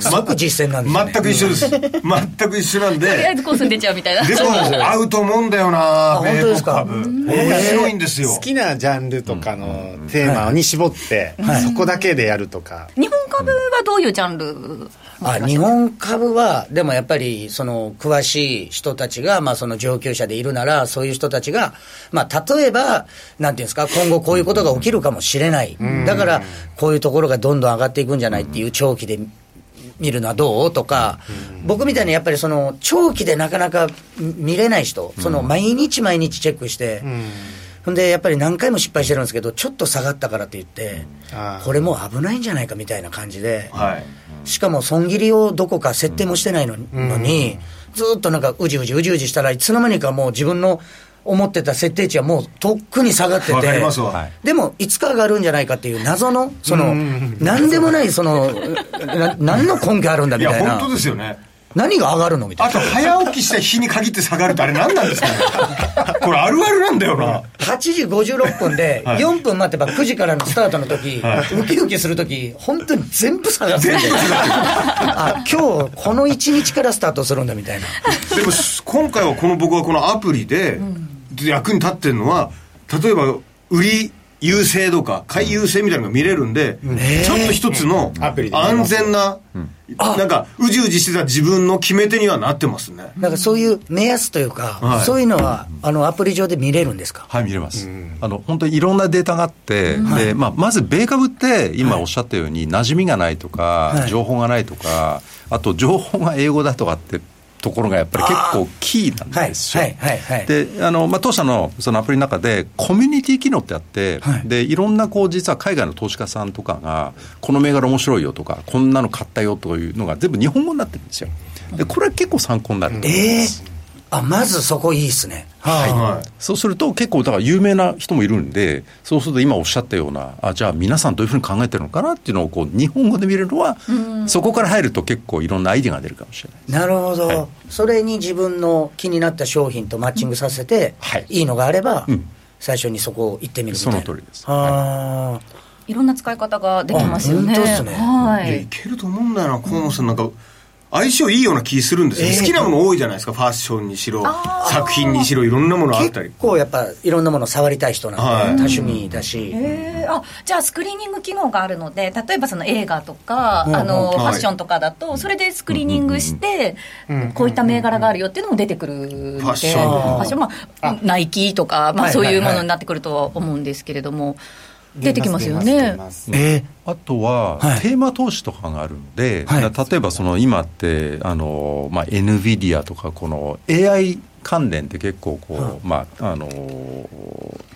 Speaker 10: すごく実践なんですよ、ね、
Speaker 2: 全く一緒です全く一緒なん
Speaker 3: とりあ
Speaker 2: で
Speaker 3: えずコースに出ちゃうみ たいな
Speaker 2: でも合うと思うんだよな
Speaker 10: あ本当ですか
Speaker 2: 米国株面白いんですよ
Speaker 5: 好きなジャンルとかのテーマに絞って、そこだけでやるとか、
Speaker 3: 日本株はどういうジャンル
Speaker 10: あ日本株は、でもやっぱり、その詳しい人たちが、まあ、その上級者でいるなら、そういう人たちが、まあ、例えば、なんていうんですか、今後こういうことが起きるかもしれない、だから、こういうところがどんどん上がっていくんじゃないっていう長期で見るのはどうとか、僕みたいにやっぱり、その長期でなかなか見れない人、その毎日毎日チェックして。ほんでやっぱり何回も失敗してるんですけど、ちょっと下がったからって言って
Speaker 5: あ、ー
Speaker 10: これもう危ないんじゃないかみたいな感じで、
Speaker 2: はい
Speaker 10: しかも損切りをどこか設定もしてないのに、のにずーっとなんかうじうじうじうじしたらいつの間にかもう自分の思ってた設定値はもうとっくに下がってて
Speaker 2: わかりますわ、
Speaker 10: でもいつか上がるんじゃないかっていう謎のその何でもないそ のな何の根拠あるんだ
Speaker 2: い、
Speaker 10: みたい
Speaker 2: や
Speaker 10: な
Speaker 2: 本当ですよね
Speaker 10: 何が上がるのみた
Speaker 2: あ
Speaker 10: い
Speaker 2: と
Speaker 10: な
Speaker 2: 早起きした日に限って下がるってあれ何なんですかねこれあるあるなんだよな
Speaker 10: 8時56分で
Speaker 2: はい
Speaker 10: 4分待てば9時からのスタートの時、ウキウキする時本当に全部下がっててあ今日この1日からスタートするんだみたいな
Speaker 2: でも今回はこの僕はこのアプリで役に立ってるのは例えば売り優勢とか買い優勢みたいなのが見れるんで、ちょっと一つの
Speaker 5: アプリで見れ
Speaker 2: 安
Speaker 5: ます
Speaker 2: 全な、なんかうじうじしてた自分の決め手にはなってますね、
Speaker 10: なんかそういう目安というか、
Speaker 2: はい
Speaker 10: そういうのはあのアプリ上で見れるんですか、
Speaker 4: はい、見れます。あの、本当にいろんなデータがあって、で、まあ、まず米株って、今おっしゃったように、馴染みがないとか、
Speaker 10: はい
Speaker 4: 情報がないとか、あと情報が英語だとかってところがやっぱり結構キーなんですよ。
Speaker 10: はいはいはいはい
Speaker 4: で、あの、まあ、当社のそのアプリの中で、コミュニティ機能ってあって、
Speaker 10: はい
Speaker 4: で、いろんなこう、実は海外の投資家さんとかが、この銘柄面白いよとか、こんなの買ったよというのが全部日本語になってるんですよ。で、これは結構参考になると思います。
Speaker 10: ええあまずそこいいですねはい、
Speaker 2: はい
Speaker 4: そうすると結構だから有名な人もいるんでそうすると今おっしゃったようなあじゃあ皆さんどういうふうに考えてるのかなっていうのをこう日本語で見れるのはそこから入ると結構いろんなアイデアが出るかもしれない
Speaker 10: なるほど、
Speaker 4: はい
Speaker 10: それに自分の気になった商品とマッチングさせて、
Speaker 4: はい
Speaker 10: い、いのがあれば、
Speaker 4: うん
Speaker 10: 最初にそこを行ってみるみたい
Speaker 4: そ
Speaker 10: な
Speaker 4: の通りです
Speaker 10: あ
Speaker 3: いろんな使い方ができますよね
Speaker 10: あ本当ですね
Speaker 3: はい
Speaker 2: や
Speaker 3: い
Speaker 2: いけると思うんだよな河野さんなんか相性いいような気するんですよ、好きなもの多いじゃないですかファッションにしろ作品にしろいろんなものあ
Speaker 10: ー
Speaker 2: ったり
Speaker 10: 結構やっぱいろんなもの触りたい人なんで、
Speaker 2: はい
Speaker 10: 多趣味だし、
Speaker 3: えーあじゃあスクリーニング機能があるので例えばその映画とか、あの
Speaker 2: はい
Speaker 3: ファッションとかだとそれでスクリーニングして、こういった銘柄があるよっていうのも出てくるので
Speaker 2: ファッション
Speaker 3: ファッションまあナイキとか、ま
Speaker 10: は
Speaker 3: あ、
Speaker 10: い
Speaker 3: そういうものになってくるとは思うんですけれども、出てきますよ
Speaker 5: 出
Speaker 3: ね
Speaker 5: 出ます
Speaker 10: えー
Speaker 4: あとは、
Speaker 10: はい
Speaker 4: テーマ投資とかがあるので、
Speaker 10: はい
Speaker 4: だから例えばその今ってあの、まあ、NVIDIA とかこの AI 関連って結構こう、まあ、あの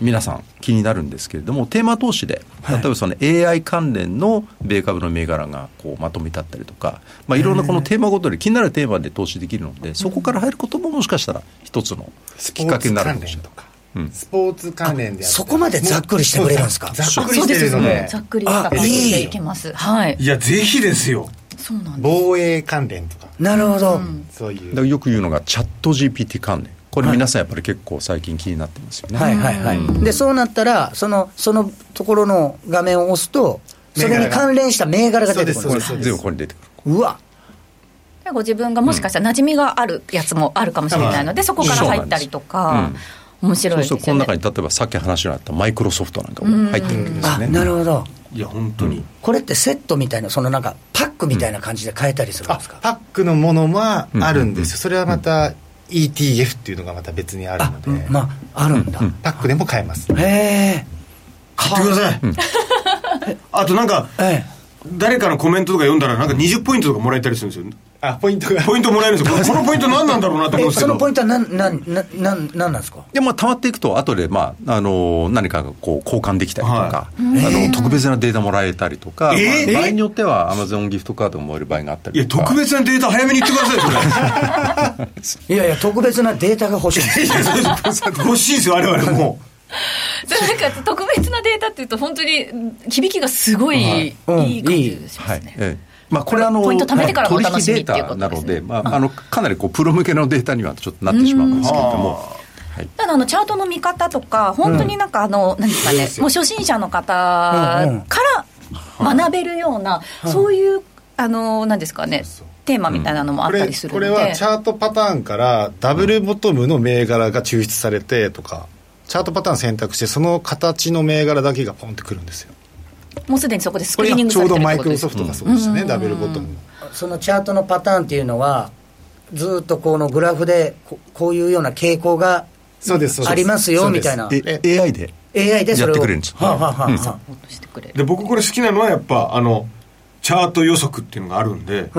Speaker 4: 皆さん気になるんですけれどもテーマ投資で例えばその AI 関連の米株の銘柄がこうまとめてあったりとか、まあ、いろんなこのテーマごとに気になるテーマで投資できるのでそこから入ることももしかしたら一つのきっかけになるかもしれない。うん
Speaker 5: スポーツ関連であったり
Speaker 10: そこまでざっくりしてくれるんですか
Speaker 5: ざっくり
Speaker 3: そう
Speaker 5: し
Speaker 3: で
Speaker 5: てる
Speaker 3: す
Speaker 5: ので
Speaker 3: ざっくりした感じでいけますはい
Speaker 2: いやぜひですよ
Speaker 3: そうなんです
Speaker 5: 防衛関連とか
Speaker 10: なるほど、
Speaker 5: そうい
Speaker 4: だ
Speaker 5: う
Speaker 4: からよく言うのがチャット GPT 関連これ皆さんやっぱり結構最近気になってますよね、
Speaker 10: はいはいはい、でそうなったらその、そのところの画面を押すと、それに関連した銘柄が出てくるん
Speaker 5: そう
Speaker 10: で
Speaker 5: ですすそ
Speaker 10: か
Speaker 5: うです
Speaker 4: 全部ここに出てくる
Speaker 10: うわ
Speaker 3: ご自分がもしかしたら馴染みがあるやつもあるかもしれないので、そこから入ったりとか、面白い
Speaker 4: そう
Speaker 3: です
Speaker 4: す
Speaker 3: よ
Speaker 4: る
Speaker 3: ね
Speaker 4: とこの中に例えばさっき話のあったマイクロソフトなんかも入ってるわけです
Speaker 10: あ
Speaker 4: ね、
Speaker 10: なるほど
Speaker 2: いや本当に、
Speaker 10: これってセットみたいなそのなんかパックみたいな感じで買えたりするん
Speaker 5: あ
Speaker 10: ですか、
Speaker 5: パックのものはあるんですよ、それはまた ETF っていうのがまた別にある
Speaker 10: あ
Speaker 5: ので、
Speaker 10: うんまああるんだ、
Speaker 5: パックでも買えます、
Speaker 10: へえ
Speaker 2: 買ってください、あとなんか
Speaker 10: ええ
Speaker 2: 誰かのコメントとか読んだらなんか20ポイントとかもらえたりするんですよ
Speaker 5: あポイントが
Speaker 2: ポイントもらえるんですよこのポイント何なんだろうなと思うん
Speaker 10: え
Speaker 2: ですけ
Speaker 10: そ
Speaker 2: ど
Speaker 10: のポイントは何なんなんなんなんなんですか
Speaker 4: でまあ、溜まっていくと、後でまああの何かがこう交換できたりとか
Speaker 2: は、
Speaker 4: あの特別なデータもらえたりとか、
Speaker 2: えー
Speaker 4: まあ場合によっては、アマゾンギフトカードもらえる場合があった
Speaker 2: い
Speaker 4: り
Speaker 2: や
Speaker 4: とか、
Speaker 2: 特別なデータ早めに言ってください
Speaker 10: いやいや特別なデータが欲しいんです
Speaker 2: それ欲しいですよ我々も
Speaker 9: なんか特別なデータっていうと本当に響きがすごい、い
Speaker 10: うん
Speaker 9: い感じがします
Speaker 4: はい
Speaker 9: ね、
Speaker 4: ええまあ、これはあの
Speaker 3: ポイント貯めてからがお
Speaker 4: 取
Speaker 3: 楽
Speaker 4: 引
Speaker 3: しみっ
Speaker 4: デー
Speaker 3: ていう
Speaker 4: タ
Speaker 3: ことですね
Speaker 4: なので、まあ、あのかなりこうプロ向けのデータにはちょっとなってしまうんですけれども、はい、
Speaker 3: ただあのチャートの見方とか本当になんかあの、何ですかねもう初心者の方から学べるような、そういうあの何ですかねテーマみたいなのもあ
Speaker 5: こ
Speaker 3: った
Speaker 5: れ
Speaker 3: りする
Speaker 5: こ
Speaker 3: ので、
Speaker 5: れはチャートパターンからダブルボトムの銘柄が抽出されてとかチャートパターン選択してその形の銘柄だけがポンってくるんですよ
Speaker 3: もうすでにそこでス
Speaker 5: こ
Speaker 3: クリ
Speaker 5: れ
Speaker 3: ーニン
Speaker 5: 今
Speaker 3: グ
Speaker 5: ち
Speaker 3: さ
Speaker 5: ょ
Speaker 3: れてるってこ
Speaker 5: うどマイク
Speaker 3: と
Speaker 5: ロ
Speaker 3: です
Speaker 5: ソ
Speaker 3: ね
Speaker 5: フトがそうでしたねダブルボトム
Speaker 10: そのチャートのパターンっていうのはずっとこのグラフでここういうような傾向が
Speaker 5: そうですそうです
Speaker 10: ありますよ
Speaker 5: そうで
Speaker 10: みたいな
Speaker 4: で AI で
Speaker 10: AI でそ
Speaker 4: や
Speaker 10: れを
Speaker 4: ってくれるんです
Speaker 10: はあ、はあはあはあ
Speaker 3: してくれる
Speaker 2: で僕これ好きなのはやっぱあのチャート予測っていうのがあるんで、あ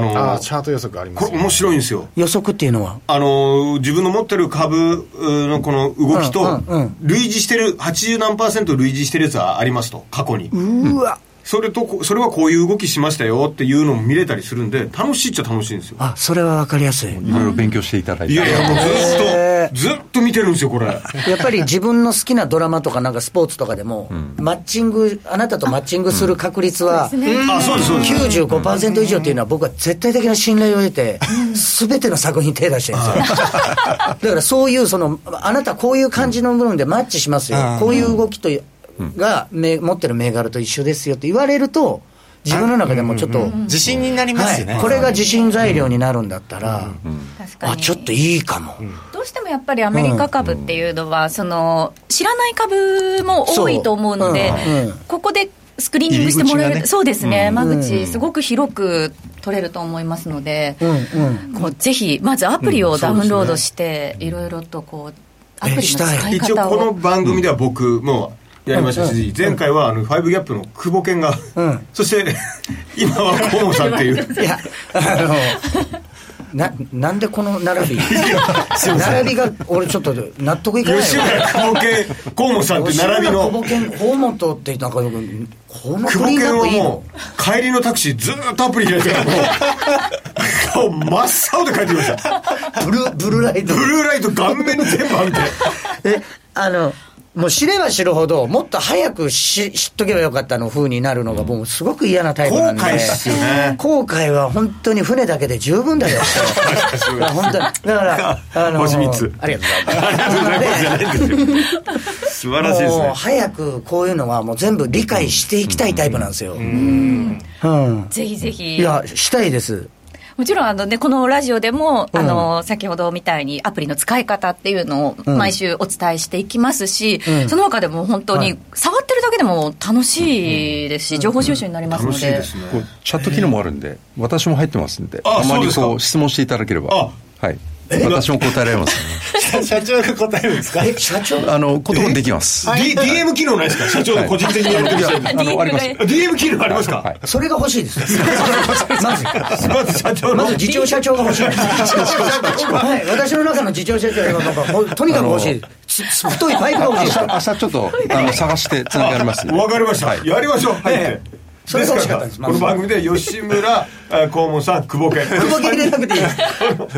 Speaker 2: の
Speaker 5: あーチャート予測ありま
Speaker 2: こ
Speaker 5: す、
Speaker 2: れ面白いんですよ
Speaker 10: 予測っていうのは
Speaker 2: あの自分の持ってる株うのこの動きと
Speaker 10: うんうんうん
Speaker 2: 類似してる80何パーセント類似してるやつはありますと過去に
Speaker 10: うわ、
Speaker 2: それとこそれはこういう動きしましたよっていうのも見れたりするんで楽しいっちゃ楽しいんですよ
Speaker 10: あそれは分かりやすい
Speaker 4: いろいろ勉強していただいて。
Speaker 2: いやいやも
Speaker 10: へ
Speaker 2: うずっとずっと見てるんですよこれ
Speaker 10: やっぱり自分の好きなドラマとかなんかスポーツとかでも、マッチングあなたとマッチングする確率は、
Speaker 2: あそうですそうです
Speaker 10: 95%以上っていうのは僕は絶対的な信頼を得て、全ての作品に手出してるんですよ。だからそういうその、あなたこういう感じの部分でマッチしますよ。こういう動きといが、め持ってる銘柄と一緒ですよって言われると、自分の中でもちょっと、
Speaker 5: 自信になりますよね、
Speaker 10: はいこれが自信材料になるんだったら、
Speaker 3: 確かに
Speaker 10: あ、ちょっといいかも。
Speaker 3: どうしてもやっぱりアメリカ株っていうのは、その知らない株も多いと思うので、
Speaker 10: そううんうん
Speaker 3: ここでスクリーニングしてもらえる、
Speaker 4: 入り口がね
Speaker 3: そうですね、間口、すごく広く取れると思いますので、こうぜひ、まずアプリをダウンロードして、いろいろとこう、アプリの使い
Speaker 2: 一応
Speaker 3: 方
Speaker 2: この
Speaker 3: を。
Speaker 2: 番組では僕もやりましたし、前回はあの5ギャップの久保健が、
Speaker 10: うん
Speaker 2: そして 今は河野さんって いう
Speaker 10: いや、あの、な、なんでこの並び並びが、俺ちょっと納得いかない
Speaker 2: 吉
Speaker 10: わ
Speaker 2: 村久保健河野さんって並び
Speaker 10: 吉村
Speaker 2: の
Speaker 10: 小保健訪問とってなんかよくこの
Speaker 2: 久
Speaker 10: ク
Speaker 2: 保
Speaker 10: リーン
Speaker 2: 健
Speaker 10: アッ
Speaker 2: は
Speaker 10: プいいの
Speaker 2: もう帰りのタクシーずーっとアプリ開いてたからもう顔真っ青で帰ってきました
Speaker 10: ブルーブルーライト
Speaker 2: ブルーライト顔面に全部浴びて
Speaker 10: えあのもう知れば知るほどもっと早くし知っとけばよかったの風になるのが僕すごく嫌なタイプなんで
Speaker 2: 後悔っすよね
Speaker 10: 後悔は本当に船だけで十分 だよいや本当にだからあ の
Speaker 2: 星三つ
Speaker 10: ありがとうございます
Speaker 2: 素晴らしいです
Speaker 10: もう
Speaker 2: ね
Speaker 10: 早くこういうのはもう全部理解していきたいタイプなんですよ。うん
Speaker 3: ぜひぜひ
Speaker 10: いや、したいです。
Speaker 3: もちろんあの、ね、このラジオでも、あの先ほどみたいにアプリの使い方っていうのを毎週お伝えしていきますし、
Speaker 10: うん
Speaker 3: その他でも本当
Speaker 10: は
Speaker 3: に触ってるだけでも楽しいですし、情報収集になりますの
Speaker 2: 楽しい
Speaker 3: で
Speaker 2: で。す
Speaker 4: こ
Speaker 2: ね
Speaker 4: うチャット機能もあるんで、私も入ってますんで、
Speaker 2: あ
Speaker 4: あま
Speaker 2: そうで
Speaker 4: り
Speaker 2: すか
Speaker 4: こう質問していただければ、はい、私も答えられます、
Speaker 5: 社長が答えるんですか
Speaker 10: え、社長
Speaker 4: あのこともできます。
Speaker 2: D- DM 機能ないですか社長の個人的にやって
Speaker 4: い
Speaker 2: る
Speaker 4: や
Speaker 2: 人に
Speaker 4: あのあります。
Speaker 2: DM 機能ありますか、
Speaker 4: はい
Speaker 10: それが欲し いです。まず、
Speaker 2: まず社長の
Speaker 10: まず次長社長が欲しいです。はい、私の中の次長社長が今なんかほとにかく欲しいです。太いパイプが欲しい
Speaker 4: 明
Speaker 10: です
Speaker 4: 日、。明日ちょっと、あの、探して、つながりますんで。
Speaker 2: わかりました、
Speaker 4: はい
Speaker 2: やりましょう、はいって
Speaker 10: それが欲しかったんです
Speaker 2: からこの番組で吉村えー黄門さん久保家
Speaker 10: 久保家入れなくていいです。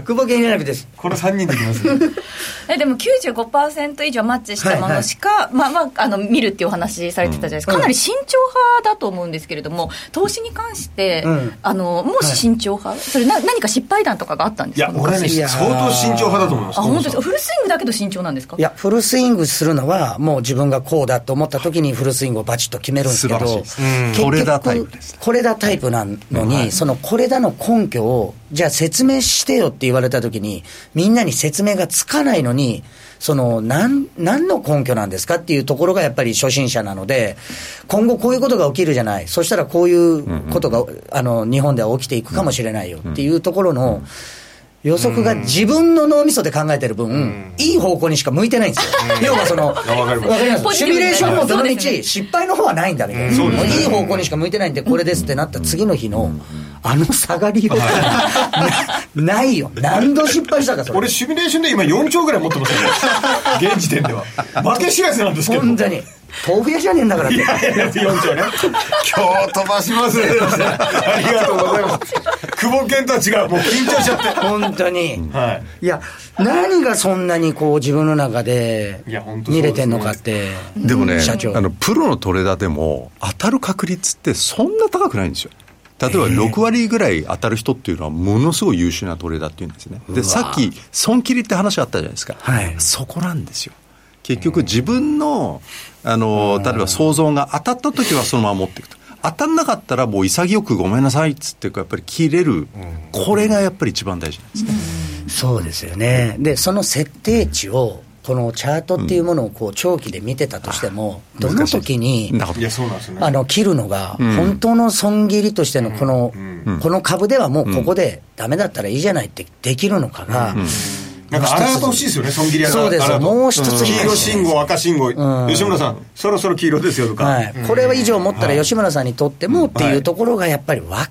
Speaker 10: 久保家入れなくていいです。
Speaker 2: この3人できますね
Speaker 3: えでも95%以上マッチしたものしか、まあまあ、あの見るっていうお話されてたじゃないですか、かなり慎重派だと思うんですけれども、投資に関して、
Speaker 10: うん
Speaker 3: あのもし慎重派、それな、何か失敗談とかがあったんで
Speaker 2: い
Speaker 3: すか
Speaker 2: や俺ね
Speaker 10: いやー
Speaker 2: 相当慎重派だと思います
Speaker 3: あ
Speaker 2: 河
Speaker 3: 本
Speaker 2: 本
Speaker 3: 当で
Speaker 2: さ
Speaker 3: す
Speaker 2: ん
Speaker 3: フルスイングだけど慎重なんですか
Speaker 10: いや、フルスイングするのは、もう自分がこうだと思った時にフルスイングをバチッと決めるんですけど、
Speaker 4: 素晴らしいですうん
Speaker 10: 結局
Speaker 4: トレーダータイプです
Speaker 10: トレーダータイプなのに、そののこれだの根拠を、じゃあ説明してよって言われたときに、みんなに説明がつかないのに、そのなん何の根拠なんですかっていうところがやっぱり初心者なので、今後こういうことが起きるじゃない、そしたらこういうことが、あの日本では起きていくかもしれないよっていうところの。予測が自分の脳みそで考えてる分、いい方向にしか向いてないんですよ。要はその、わかります。シミュレーションもどの道、失敗の方はないんだみたいな。もういい方向にしか向いてないんで、これですってなった次の日の、あの下がりよ。 なないよ。何度失敗したか、それ。
Speaker 2: 俺シミュレーションで今4兆ぐらい持ってますよ ね現時点では負け知らずなんですけど
Speaker 10: 本当に。豆腐屋じゃねえんだからって。
Speaker 2: 4兆ね今日飛ばしますねありがとうございます久保健とは違うもう緊張しちゃって
Speaker 10: 本当に。
Speaker 2: はい
Speaker 10: いや、何がそんなにこう自分の中で
Speaker 2: いや本当そうですね
Speaker 10: 見れてんのかって。
Speaker 4: でもね、
Speaker 10: 社長
Speaker 4: あのプロのトレーダーでも当たる確率ってそんな高くないんですよ。例えば6割ぐらい当たる人っていうのはものすごい優秀なトレーダーっていうんですね。で、さっき損切りって話あったじゃないですか。
Speaker 10: はい
Speaker 4: そこなんですよ。結局自分の、あの、例えば想像が当たった時はそのまま持っていくと。当たんなかったらもう潔くごめんなさいっつってやっぱり切れる。これがやっぱり一番大事なんですね。
Speaker 10: そうですよね。で、その設定値を、このチャートっていうものをこう長期で見てたとしても、どの時に、
Speaker 4: なるほ
Speaker 2: い
Speaker 4: ど
Speaker 2: やそうなんですよね
Speaker 10: あの切るのが、本当の損切りとしてのこの、この株ではもうここでダメだったらいいじゃないってできるのかが、
Speaker 2: なんかアラート欲しいですよね、損切りアラート。
Speaker 10: そうです
Speaker 2: アラート
Speaker 10: もう一つ
Speaker 2: 黄色信号、赤信号、吉村さん、そろそろ黄色ですよとか。
Speaker 10: はい、これは以上持ったら吉村さんにとってもっていうところがやっぱり分か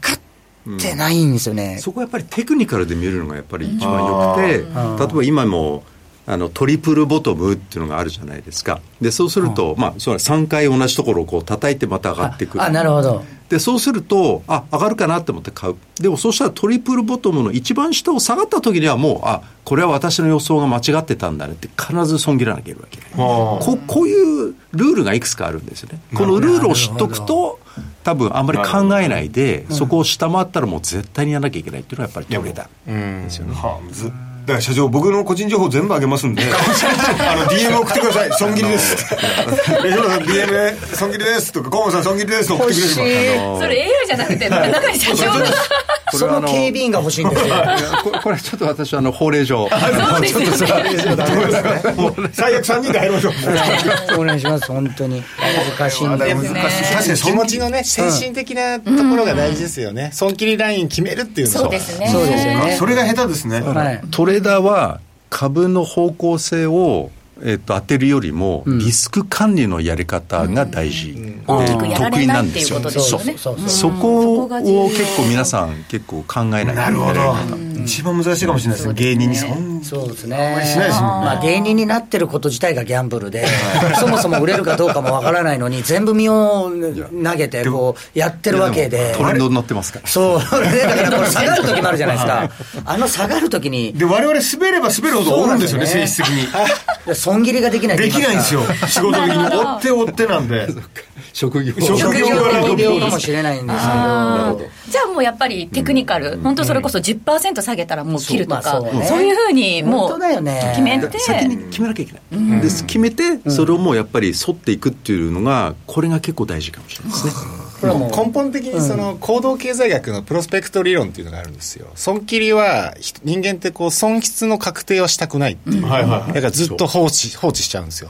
Speaker 10: ってないんですよね。
Speaker 6: そこはやっぱりテクニカルで見るのがやっぱり一番よくて、例えば今もあのトリプルボトムっていうのがあるじゃないですかでそうすると、まあ、それは3回同じところをこう叩いてまた上がってくる
Speaker 10: あ、なるほど。
Speaker 6: でそうするとあ上がるかなって思って買うでもそうしたらトリプルボトムの一番下を下がった時にはもうあこれは私の予想が間違ってたんだねって必ず損切らなきゃいけないわけここういうルールがいくつかあるんですよねこのルールを知っとくと多分あんまり考えないでそこを下回ったらもう絶対にやらなきゃいけないっていうのがやっぱりトレーダー
Speaker 2: ですよね。はあずだから社長、僕の個人情報全部あげますん で、あの、DM 送ってください。損切りです。 吉村さん、DM ね損切りですとか、河本さん、損切りですとか送ってくれれば。
Speaker 9: それ AI じゃなくて中西社長が
Speaker 10: その警備員が欲しいんですよ。
Speaker 6: いやこれこ れちょっと私あの法令 上
Speaker 9: そうですよね
Speaker 2: 最悪3人で入りましょう。
Speaker 10: お願いします、本当に。難しいんです
Speaker 9: ね
Speaker 2: 確かに
Speaker 5: 気
Speaker 2: 損
Speaker 5: 持
Speaker 2: 切
Speaker 5: ちのね精神的なところが大事ですよね損切りライン決めるっていうの
Speaker 9: そうですね
Speaker 10: そうですよ
Speaker 2: り。
Speaker 10: ね。
Speaker 2: それが下手ですね。
Speaker 10: はい。
Speaker 4: トレーダーは株の方向性を、えっと当てるよりもリスク管理のやり方が大事、で
Speaker 10: 大き
Speaker 9: くやら
Speaker 4: 得
Speaker 9: れ
Speaker 4: 意
Speaker 9: な
Speaker 4: ない
Speaker 9: っ
Speaker 4: ん
Speaker 9: て
Speaker 4: で
Speaker 9: いう
Speaker 4: すよ
Speaker 9: ことで
Speaker 10: そう
Speaker 9: す
Speaker 10: そ
Speaker 9: よ
Speaker 10: う
Speaker 9: ね
Speaker 10: そうそう。
Speaker 4: そこを結構皆さん結構考えないなるほど
Speaker 2: 一番難しいかもしれないですね、芸人にそん
Speaker 10: そうですね。
Speaker 2: しないですもんね
Speaker 10: まあ芸人になってること自体がギャンブ ルで、そもそも売れるかどうかもわからないのに、全部身を投げて、こう、やってるわけで。
Speaker 4: トレンドに乗ってますから
Speaker 10: そう。 で、だからこれ下がる時もあるじゃないですか。あの下がる時に、
Speaker 2: で、我々滑れば滑るほど追うんですよね、
Speaker 10: そうな
Speaker 2: 性
Speaker 10: んです
Speaker 2: 質
Speaker 10: よ
Speaker 2: 的に。
Speaker 10: 損切りができない
Speaker 2: できないんですよ。 仕事的に。追って追ってなんで。
Speaker 6: 職業
Speaker 2: 職
Speaker 10: 職業
Speaker 2: 業柄の病
Speaker 10: 的病
Speaker 2: 気
Speaker 10: かもしれないんですけど。
Speaker 3: じゃあもうやっぱりテクニカル、本当それこそ10%下げたらもう切るとか、
Speaker 10: そ
Speaker 3: そうう,、
Speaker 10: まあそうね
Speaker 3: いうふうにもう
Speaker 10: 本当だよね
Speaker 3: 決めて、
Speaker 6: 先に決めなきゃいけない、で決めてそれをもうやっぱり沿っていくっていうのがこれが結構大事かもしれないですね
Speaker 5: これはもう根本的にその行動経済学のプロスペクト理論っていうのがあるんですよ損切りは人人間ってこう損失の確定をしたくないっていう、
Speaker 2: はいはいはい
Speaker 5: だからずっと放置放置しちゃうんですよ、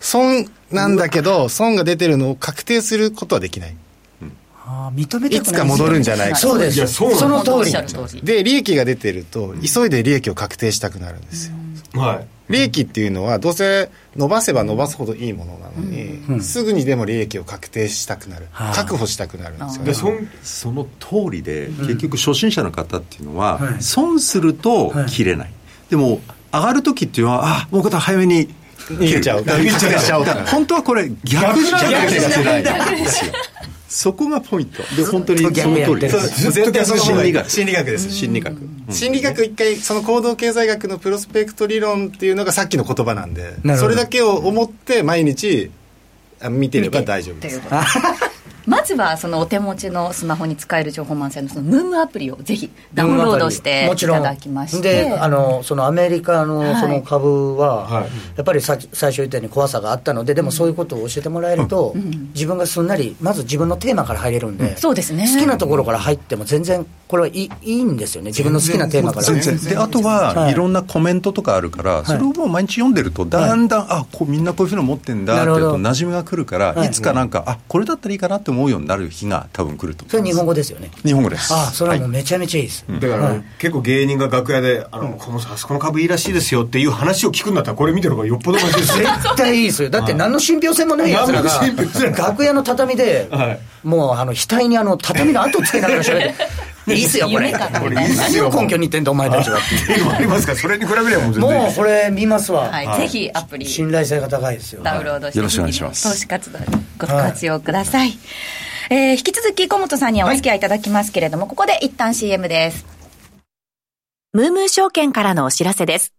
Speaker 5: 損なんだけど損が出てるのを確定することはできない
Speaker 10: あー認めて
Speaker 5: いつか戻るんじゃないか
Speaker 10: そうです。
Speaker 2: そう
Speaker 10: その
Speaker 3: おっ
Speaker 10: 通り
Speaker 3: しゃ
Speaker 10: なん
Speaker 3: る
Speaker 10: です
Speaker 3: 通
Speaker 10: よ。
Speaker 3: り。
Speaker 5: で利益が出てると急いで利益を確定したくなるんですよ、
Speaker 2: はい。
Speaker 5: 利益っていうのはどうせ伸ばせば伸ばすほどいいものなのに、すぐにでも利益を確定したくなる、
Speaker 10: はあ
Speaker 5: 確保したくなるんですよね
Speaker 2: で、そん、
Speaker 6: その通りで、結局初心者の方っていうのは、損すると切れない、でも上がる時っていうのはあもうこと早めに
Speaker 5: 逃げちゃう
Speaker 6: 切る
Speaker 5: 逃げちゃう
Speaker 6: だから本当はこれ逆じゃなきゃいけないんですよそこがポイントで本当にその通りです
Speaker 5: そうずっとその
Speaker 6: 心理学
Speaker 5: 心理学です
Speaker 6: 心理学、
Speaker 5: 心理学一回その行動経済学のプロスペクト理論っていうのがさっきの言葉なんで
Speaker 10: ほど
Speaker 5: それだけを思って毎日あ見てれば大丈夫です
Speaker 3: まずはそのお手持ちのスマホに使える情報満載のそのムームアプリをぜひダウンロードしていただきまして
Speaker 10: であのそのアメリカ
Speaker 3: は
Speaker 10: の
Speaker 3: い
Speaker 10: その株は、やっぱりさ最初言ったように怖さがあったのででもそういうことを教えてもらえると、自分がすんなりまず自分のテーマから入れるんで、
Speaker 3: そうですね
Speaker 10: 好きなところから入っても全然これはいいいいんですよね自分の好きなテーマから
Speaker 4: 全然であとは
Speaker 10: はい
Speaker 4: いろんなコメントとかあるから、それをもう毎日読んでるとだんだん、あこうみんなこういうふうの持ってんだ
Speaker 10: な
Speaker 4: って
Speaker 10: る
Speaker 4: いう
Speaker 10: ほど
Speaker 4: と馴染みが来るから、
Speaker 10: はい
Speaker 4: い、つかなんかあこれだったらいいかなって思うようになる日が多分来ると
Speaker 10: それ
Speaker 4: 思いま
Speaker 10: 日
Speaker 4: す
Speaker 10: 本語ですよね
Speaker 4: 日本語です
Speaker 10: あそれはもう
Speaker 4: はい
Speaker 10: めちゃめちゃいいです、
Speaker 2: だから、
Speaker 10: はい
Speaker 2: 結構芸人が楽屋であの、このあそこの株いいらしいですよっていう話を聞くんだったらこれ見てる方がよっぽどマシ ですね
Speaker 10: 絶対いいですよだって何の信憑性もないやつらが
Speaker 2: 何の信憑性もない
Speaker 10: 楽屋の畳で、
Speaker 2: はい
Speaker 10: もうあの額にあの畳の跡つけながら喋 って「いいっすよこれ
Speaker 3: 夢かな
Speaker 2: これいいっす
Speaker 10: 何
Speaker 2: よ
Speaker 10: を根拠に言ってんだお前たちは」
Speaker 2: っていうのもありますからそれに比べればもう全然いい
Speaker 10: も
Speaker 2: で
Speaker 10: う
Speaker 2: す
Speaker 10: これ見ますわ、
Speaker 3: はい、ぜひアプリ
Speaker 10: 信頼性が高いですよ
Speaker 3: ダウンロードして、
Speaker 4: よろしくお願いします
Speaker 3: 投資活動にご活用ください、えー引き続き小本さんにはお付き合いいただきますけれども、ここで一旦 CM です
Speaker 8: ムームー証券からのお知らせです。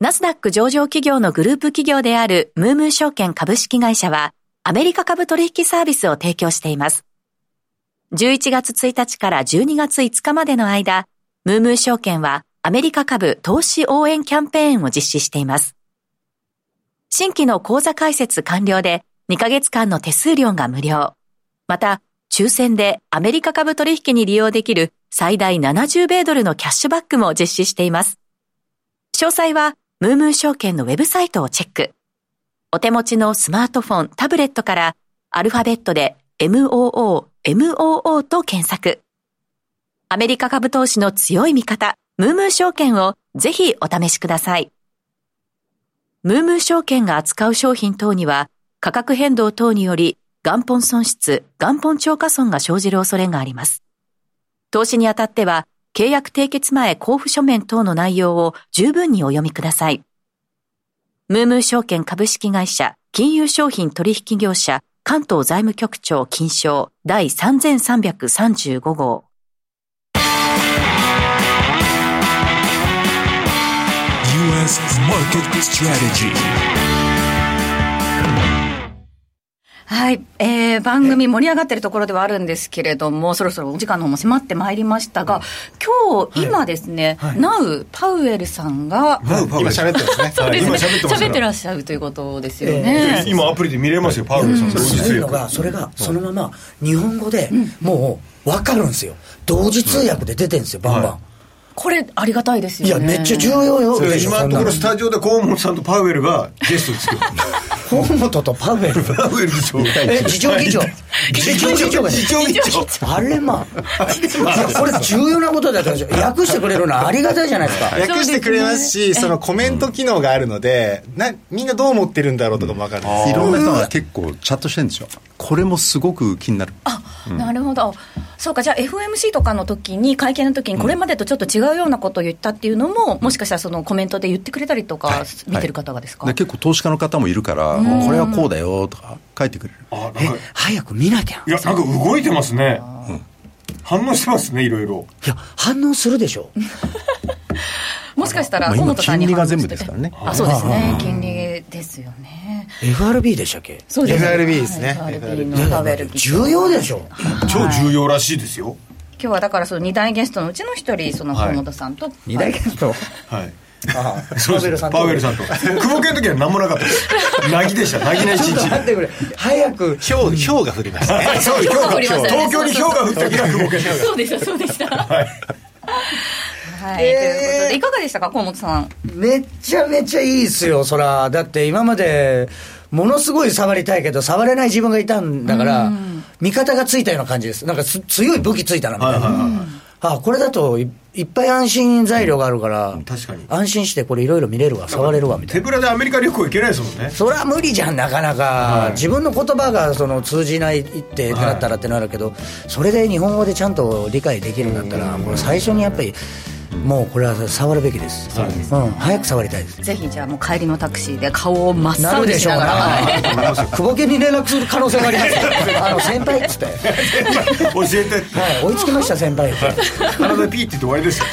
Speaker 8: ナスダック上場企業のグループ企業であるムームー証券株式会社は、アメリカ株取引サービスを提供しています。11月1日から12月5日までの間、ムームー証券はアメリカ株投資応援キャンペーンを実施しています。新規の口座開設完了で2ヶ月間の手数料が無料。また、抽選でアメリカ株取引に利用できる最大70米ドルのキャッシュバックも実施しています。詳細は、ムームー証券のウェブサイトをチェック。お手持ちのスマートフォン、タブレットから、アルファベットで MOO、MOO と検索。アメリカ株投資の強い味方、ムームー証券をぜひお試しください。ムームー証券が扱う商品等には、価格変動等により、元本損失、元本超過損が生じる恐れがあります。投資にあたっては、契約締結前交付書面等の内容を十分にお読みください。ムームー証券株式会社、金融商品取引業者、関東財務局長金賞第3335号。
Speaker 1: U.S. market strategy.
Speaker 3: はい、えー番組盛り上がってるところではあるんですけれども、そろそろお時間の方も迫ってまいりましたが、今日、今ですね、ナウパウエルさんが、
Speaker 5: 今喋ってますね
Speaker 2: そうですね今喋ってますから
Speaker 3: 喋ってらっしゃるということですよね。
Speaker 2: 今アプリで見れますよパウルさんの
Speaker 10: す
Speaker 2: 実
Speaker 10: ごいの
Speaker 2: 力
Speaker 10: がそれがそのまま日本語でもう分かるんですよ同時通訳で出てるんですよバンバン、
Speaker 3: これ、ありがたいです
Speaker 10: い、
Speaker 3: よ
Speaker 10: や
Speaker 3: ね。
Speaker 10: めっちゃ重要よ
Speaker 2: で今のところス
Speaker 10: ジ
Speaker 2: タジオで河本さんとパウエルがゲスト ですよ
Speaker 10: オ河本とパウエル
Speaker 2: パウエルでしょ
Speaker 10: え次長議長次長議長がね
Speaker 2: 一応一応
Speaker 10: あれまあいやこれ重要なことだと思うんですよ訳してくれるのはありがたいじゃないですか
Speaker 5: 訳してくれますしそのコメント機能があるのでなみんなどう思ってるんだろうとかも分かるんです
Speaker 4: いろんな人が結構チャットしてるんですよこれもすごく気になる
Speaker 3: なるほど、そうか、じゃあ、FMC とかの時に、会見の時に、これまでとちょっと違うようなことを言ったっていうのも、もしかしたらそのコメントで言ってくれたりとか、見てる方がですか、
Speaker 4: で結構投資家の方もいるからこれはこうだよとか書いてくれる
Speaker 2: あなんか
Speaker 10: え早く見なきゃ
Speaker 2: いやなんか動いてますね反応してますねいろいろ
Speaker 10: いや反応するでしょ
Speaker 3: もしかしたら、
Speaker 4: まあ
Speaker 3: 河
Speaker 4: 今
Speaker 3: 本さんに
Speaker 4: 金利
Speaker 3: 反
Speaker 4: が
Speaker 3: 応して
Speaker 4: 全部ですからね
Speaker 3: あそうですね、金利ですよね。
Speaker 10: FRB でしたっけ
Speaker 3: そうです
Speaker 5: FRB ですね
Speaker 3: FRB のパウエル議長
Speaker 10: 重要でしょ
Speaker 2: 超重要らしいですよ
Speaker 3: 今日はだからその二大ゲストのうちの一人その
Speaker 2: はい
Speaker 3: 河本さんと、
Speaker 10: 二大検討
Speaker 2: はい
Speaker 10: あ あ
Speaker 2: そうですパウエルさんと久保家の時は何もなかった です凪でした凪の一
Speaker 10: ちょっと待っ
Speaker 2: 日
Speaker 10: てくれ早く
Speaker 5: ひょうひょうが降りましたね
Speaker 2: そう
Speaker 3: ひょうが降りましたね
Speaker 2: 東京に氷が降った時は久 保家
Speaker 3: そうでしたそうでしたはい、ということでいかがでしたか河本さん
Speaker 10: めっちゃめちゃいいっすよそらだって今までものすごい触りたいけど触れない自分がいたんだから味方がついたような感じですなんかす強い武器ついたなみたいな、あこれだといいっぱい安心材料があるから
Speaker 2: 確かに
Speaker 10: 安心してこれいろいろ見れるわ触れるわみたい
Speaker 2: 手
Speaker 10: な
Speaker 2: ぶらでアメリカ旅行行けないですもんね
Speaker 10: それは無理じゃんなかなか、自分の言葉がその通じないってってなったらってなるけど、それで日本語でちゃんと理解できるんだったらもう最初にやっぱりもうこれは触るべきですうん、早く触りたいです
Speaker 3: ぜひじゃあもう帰りのタクシーで顔を真っ
Speaker 10: な
Speaker 3: 青
Speaker 10: る
Speaker 3: に
Speaker 10: で
Speaker 3: し
Speaker 10: しょ
Speaker 3: な
Speaker 10: う
Speaker 3: がらはい
Speaker 10: な 久保家に連絡する可能性がありますよ あの先輩っつって、
Speaker 2: 教えて
Speaker 10: はい、追いつきました先輩って
Speaker 2: 体ピーって言って終わりですよ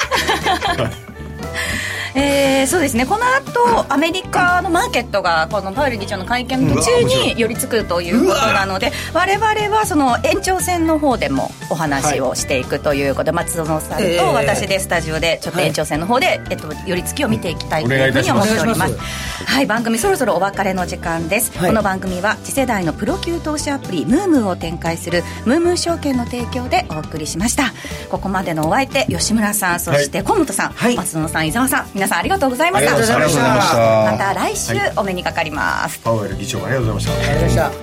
Speaker 3: えーそうですねこの後アメリカのマーケットがこのパウエル議長の会見の途中に寄りつくということなので我々はその延長戦の方でもお話をしていくということで、松園さんと
Speaker 10: ええ
Speaker 3: 私でスタジオでちょっと延長戦の方で、えっと、寄り付きを見ていきたいというふうに
Speaker 2: お
Speaker 3: 思っ
Speaker 2: 願いい
Speaker 3: て
Speaker 2: たし
Speaker 3: おり
Speaker 2: ます
Speaker 3: ますはい、番組そろそろお別れの時間です、
Speaker 10: はい
Speaker 3: この番組は次世代のプロ級投資アプリムームーを展開するムームー証券の提供でお送りしましたここまでのお相手吉村さんそして小本さん、
Speaker 10: はい
Speaker 3: 松野さん伊沢さん皆さんありがとうございました
Speaker 10: ありがとうございました
Speaker 2: ありがとうございました
Speaker 3: また来週お目にかかります、
Speaker 2: パウエル議長ありがとうございました
Speaker 10: ありがとうございました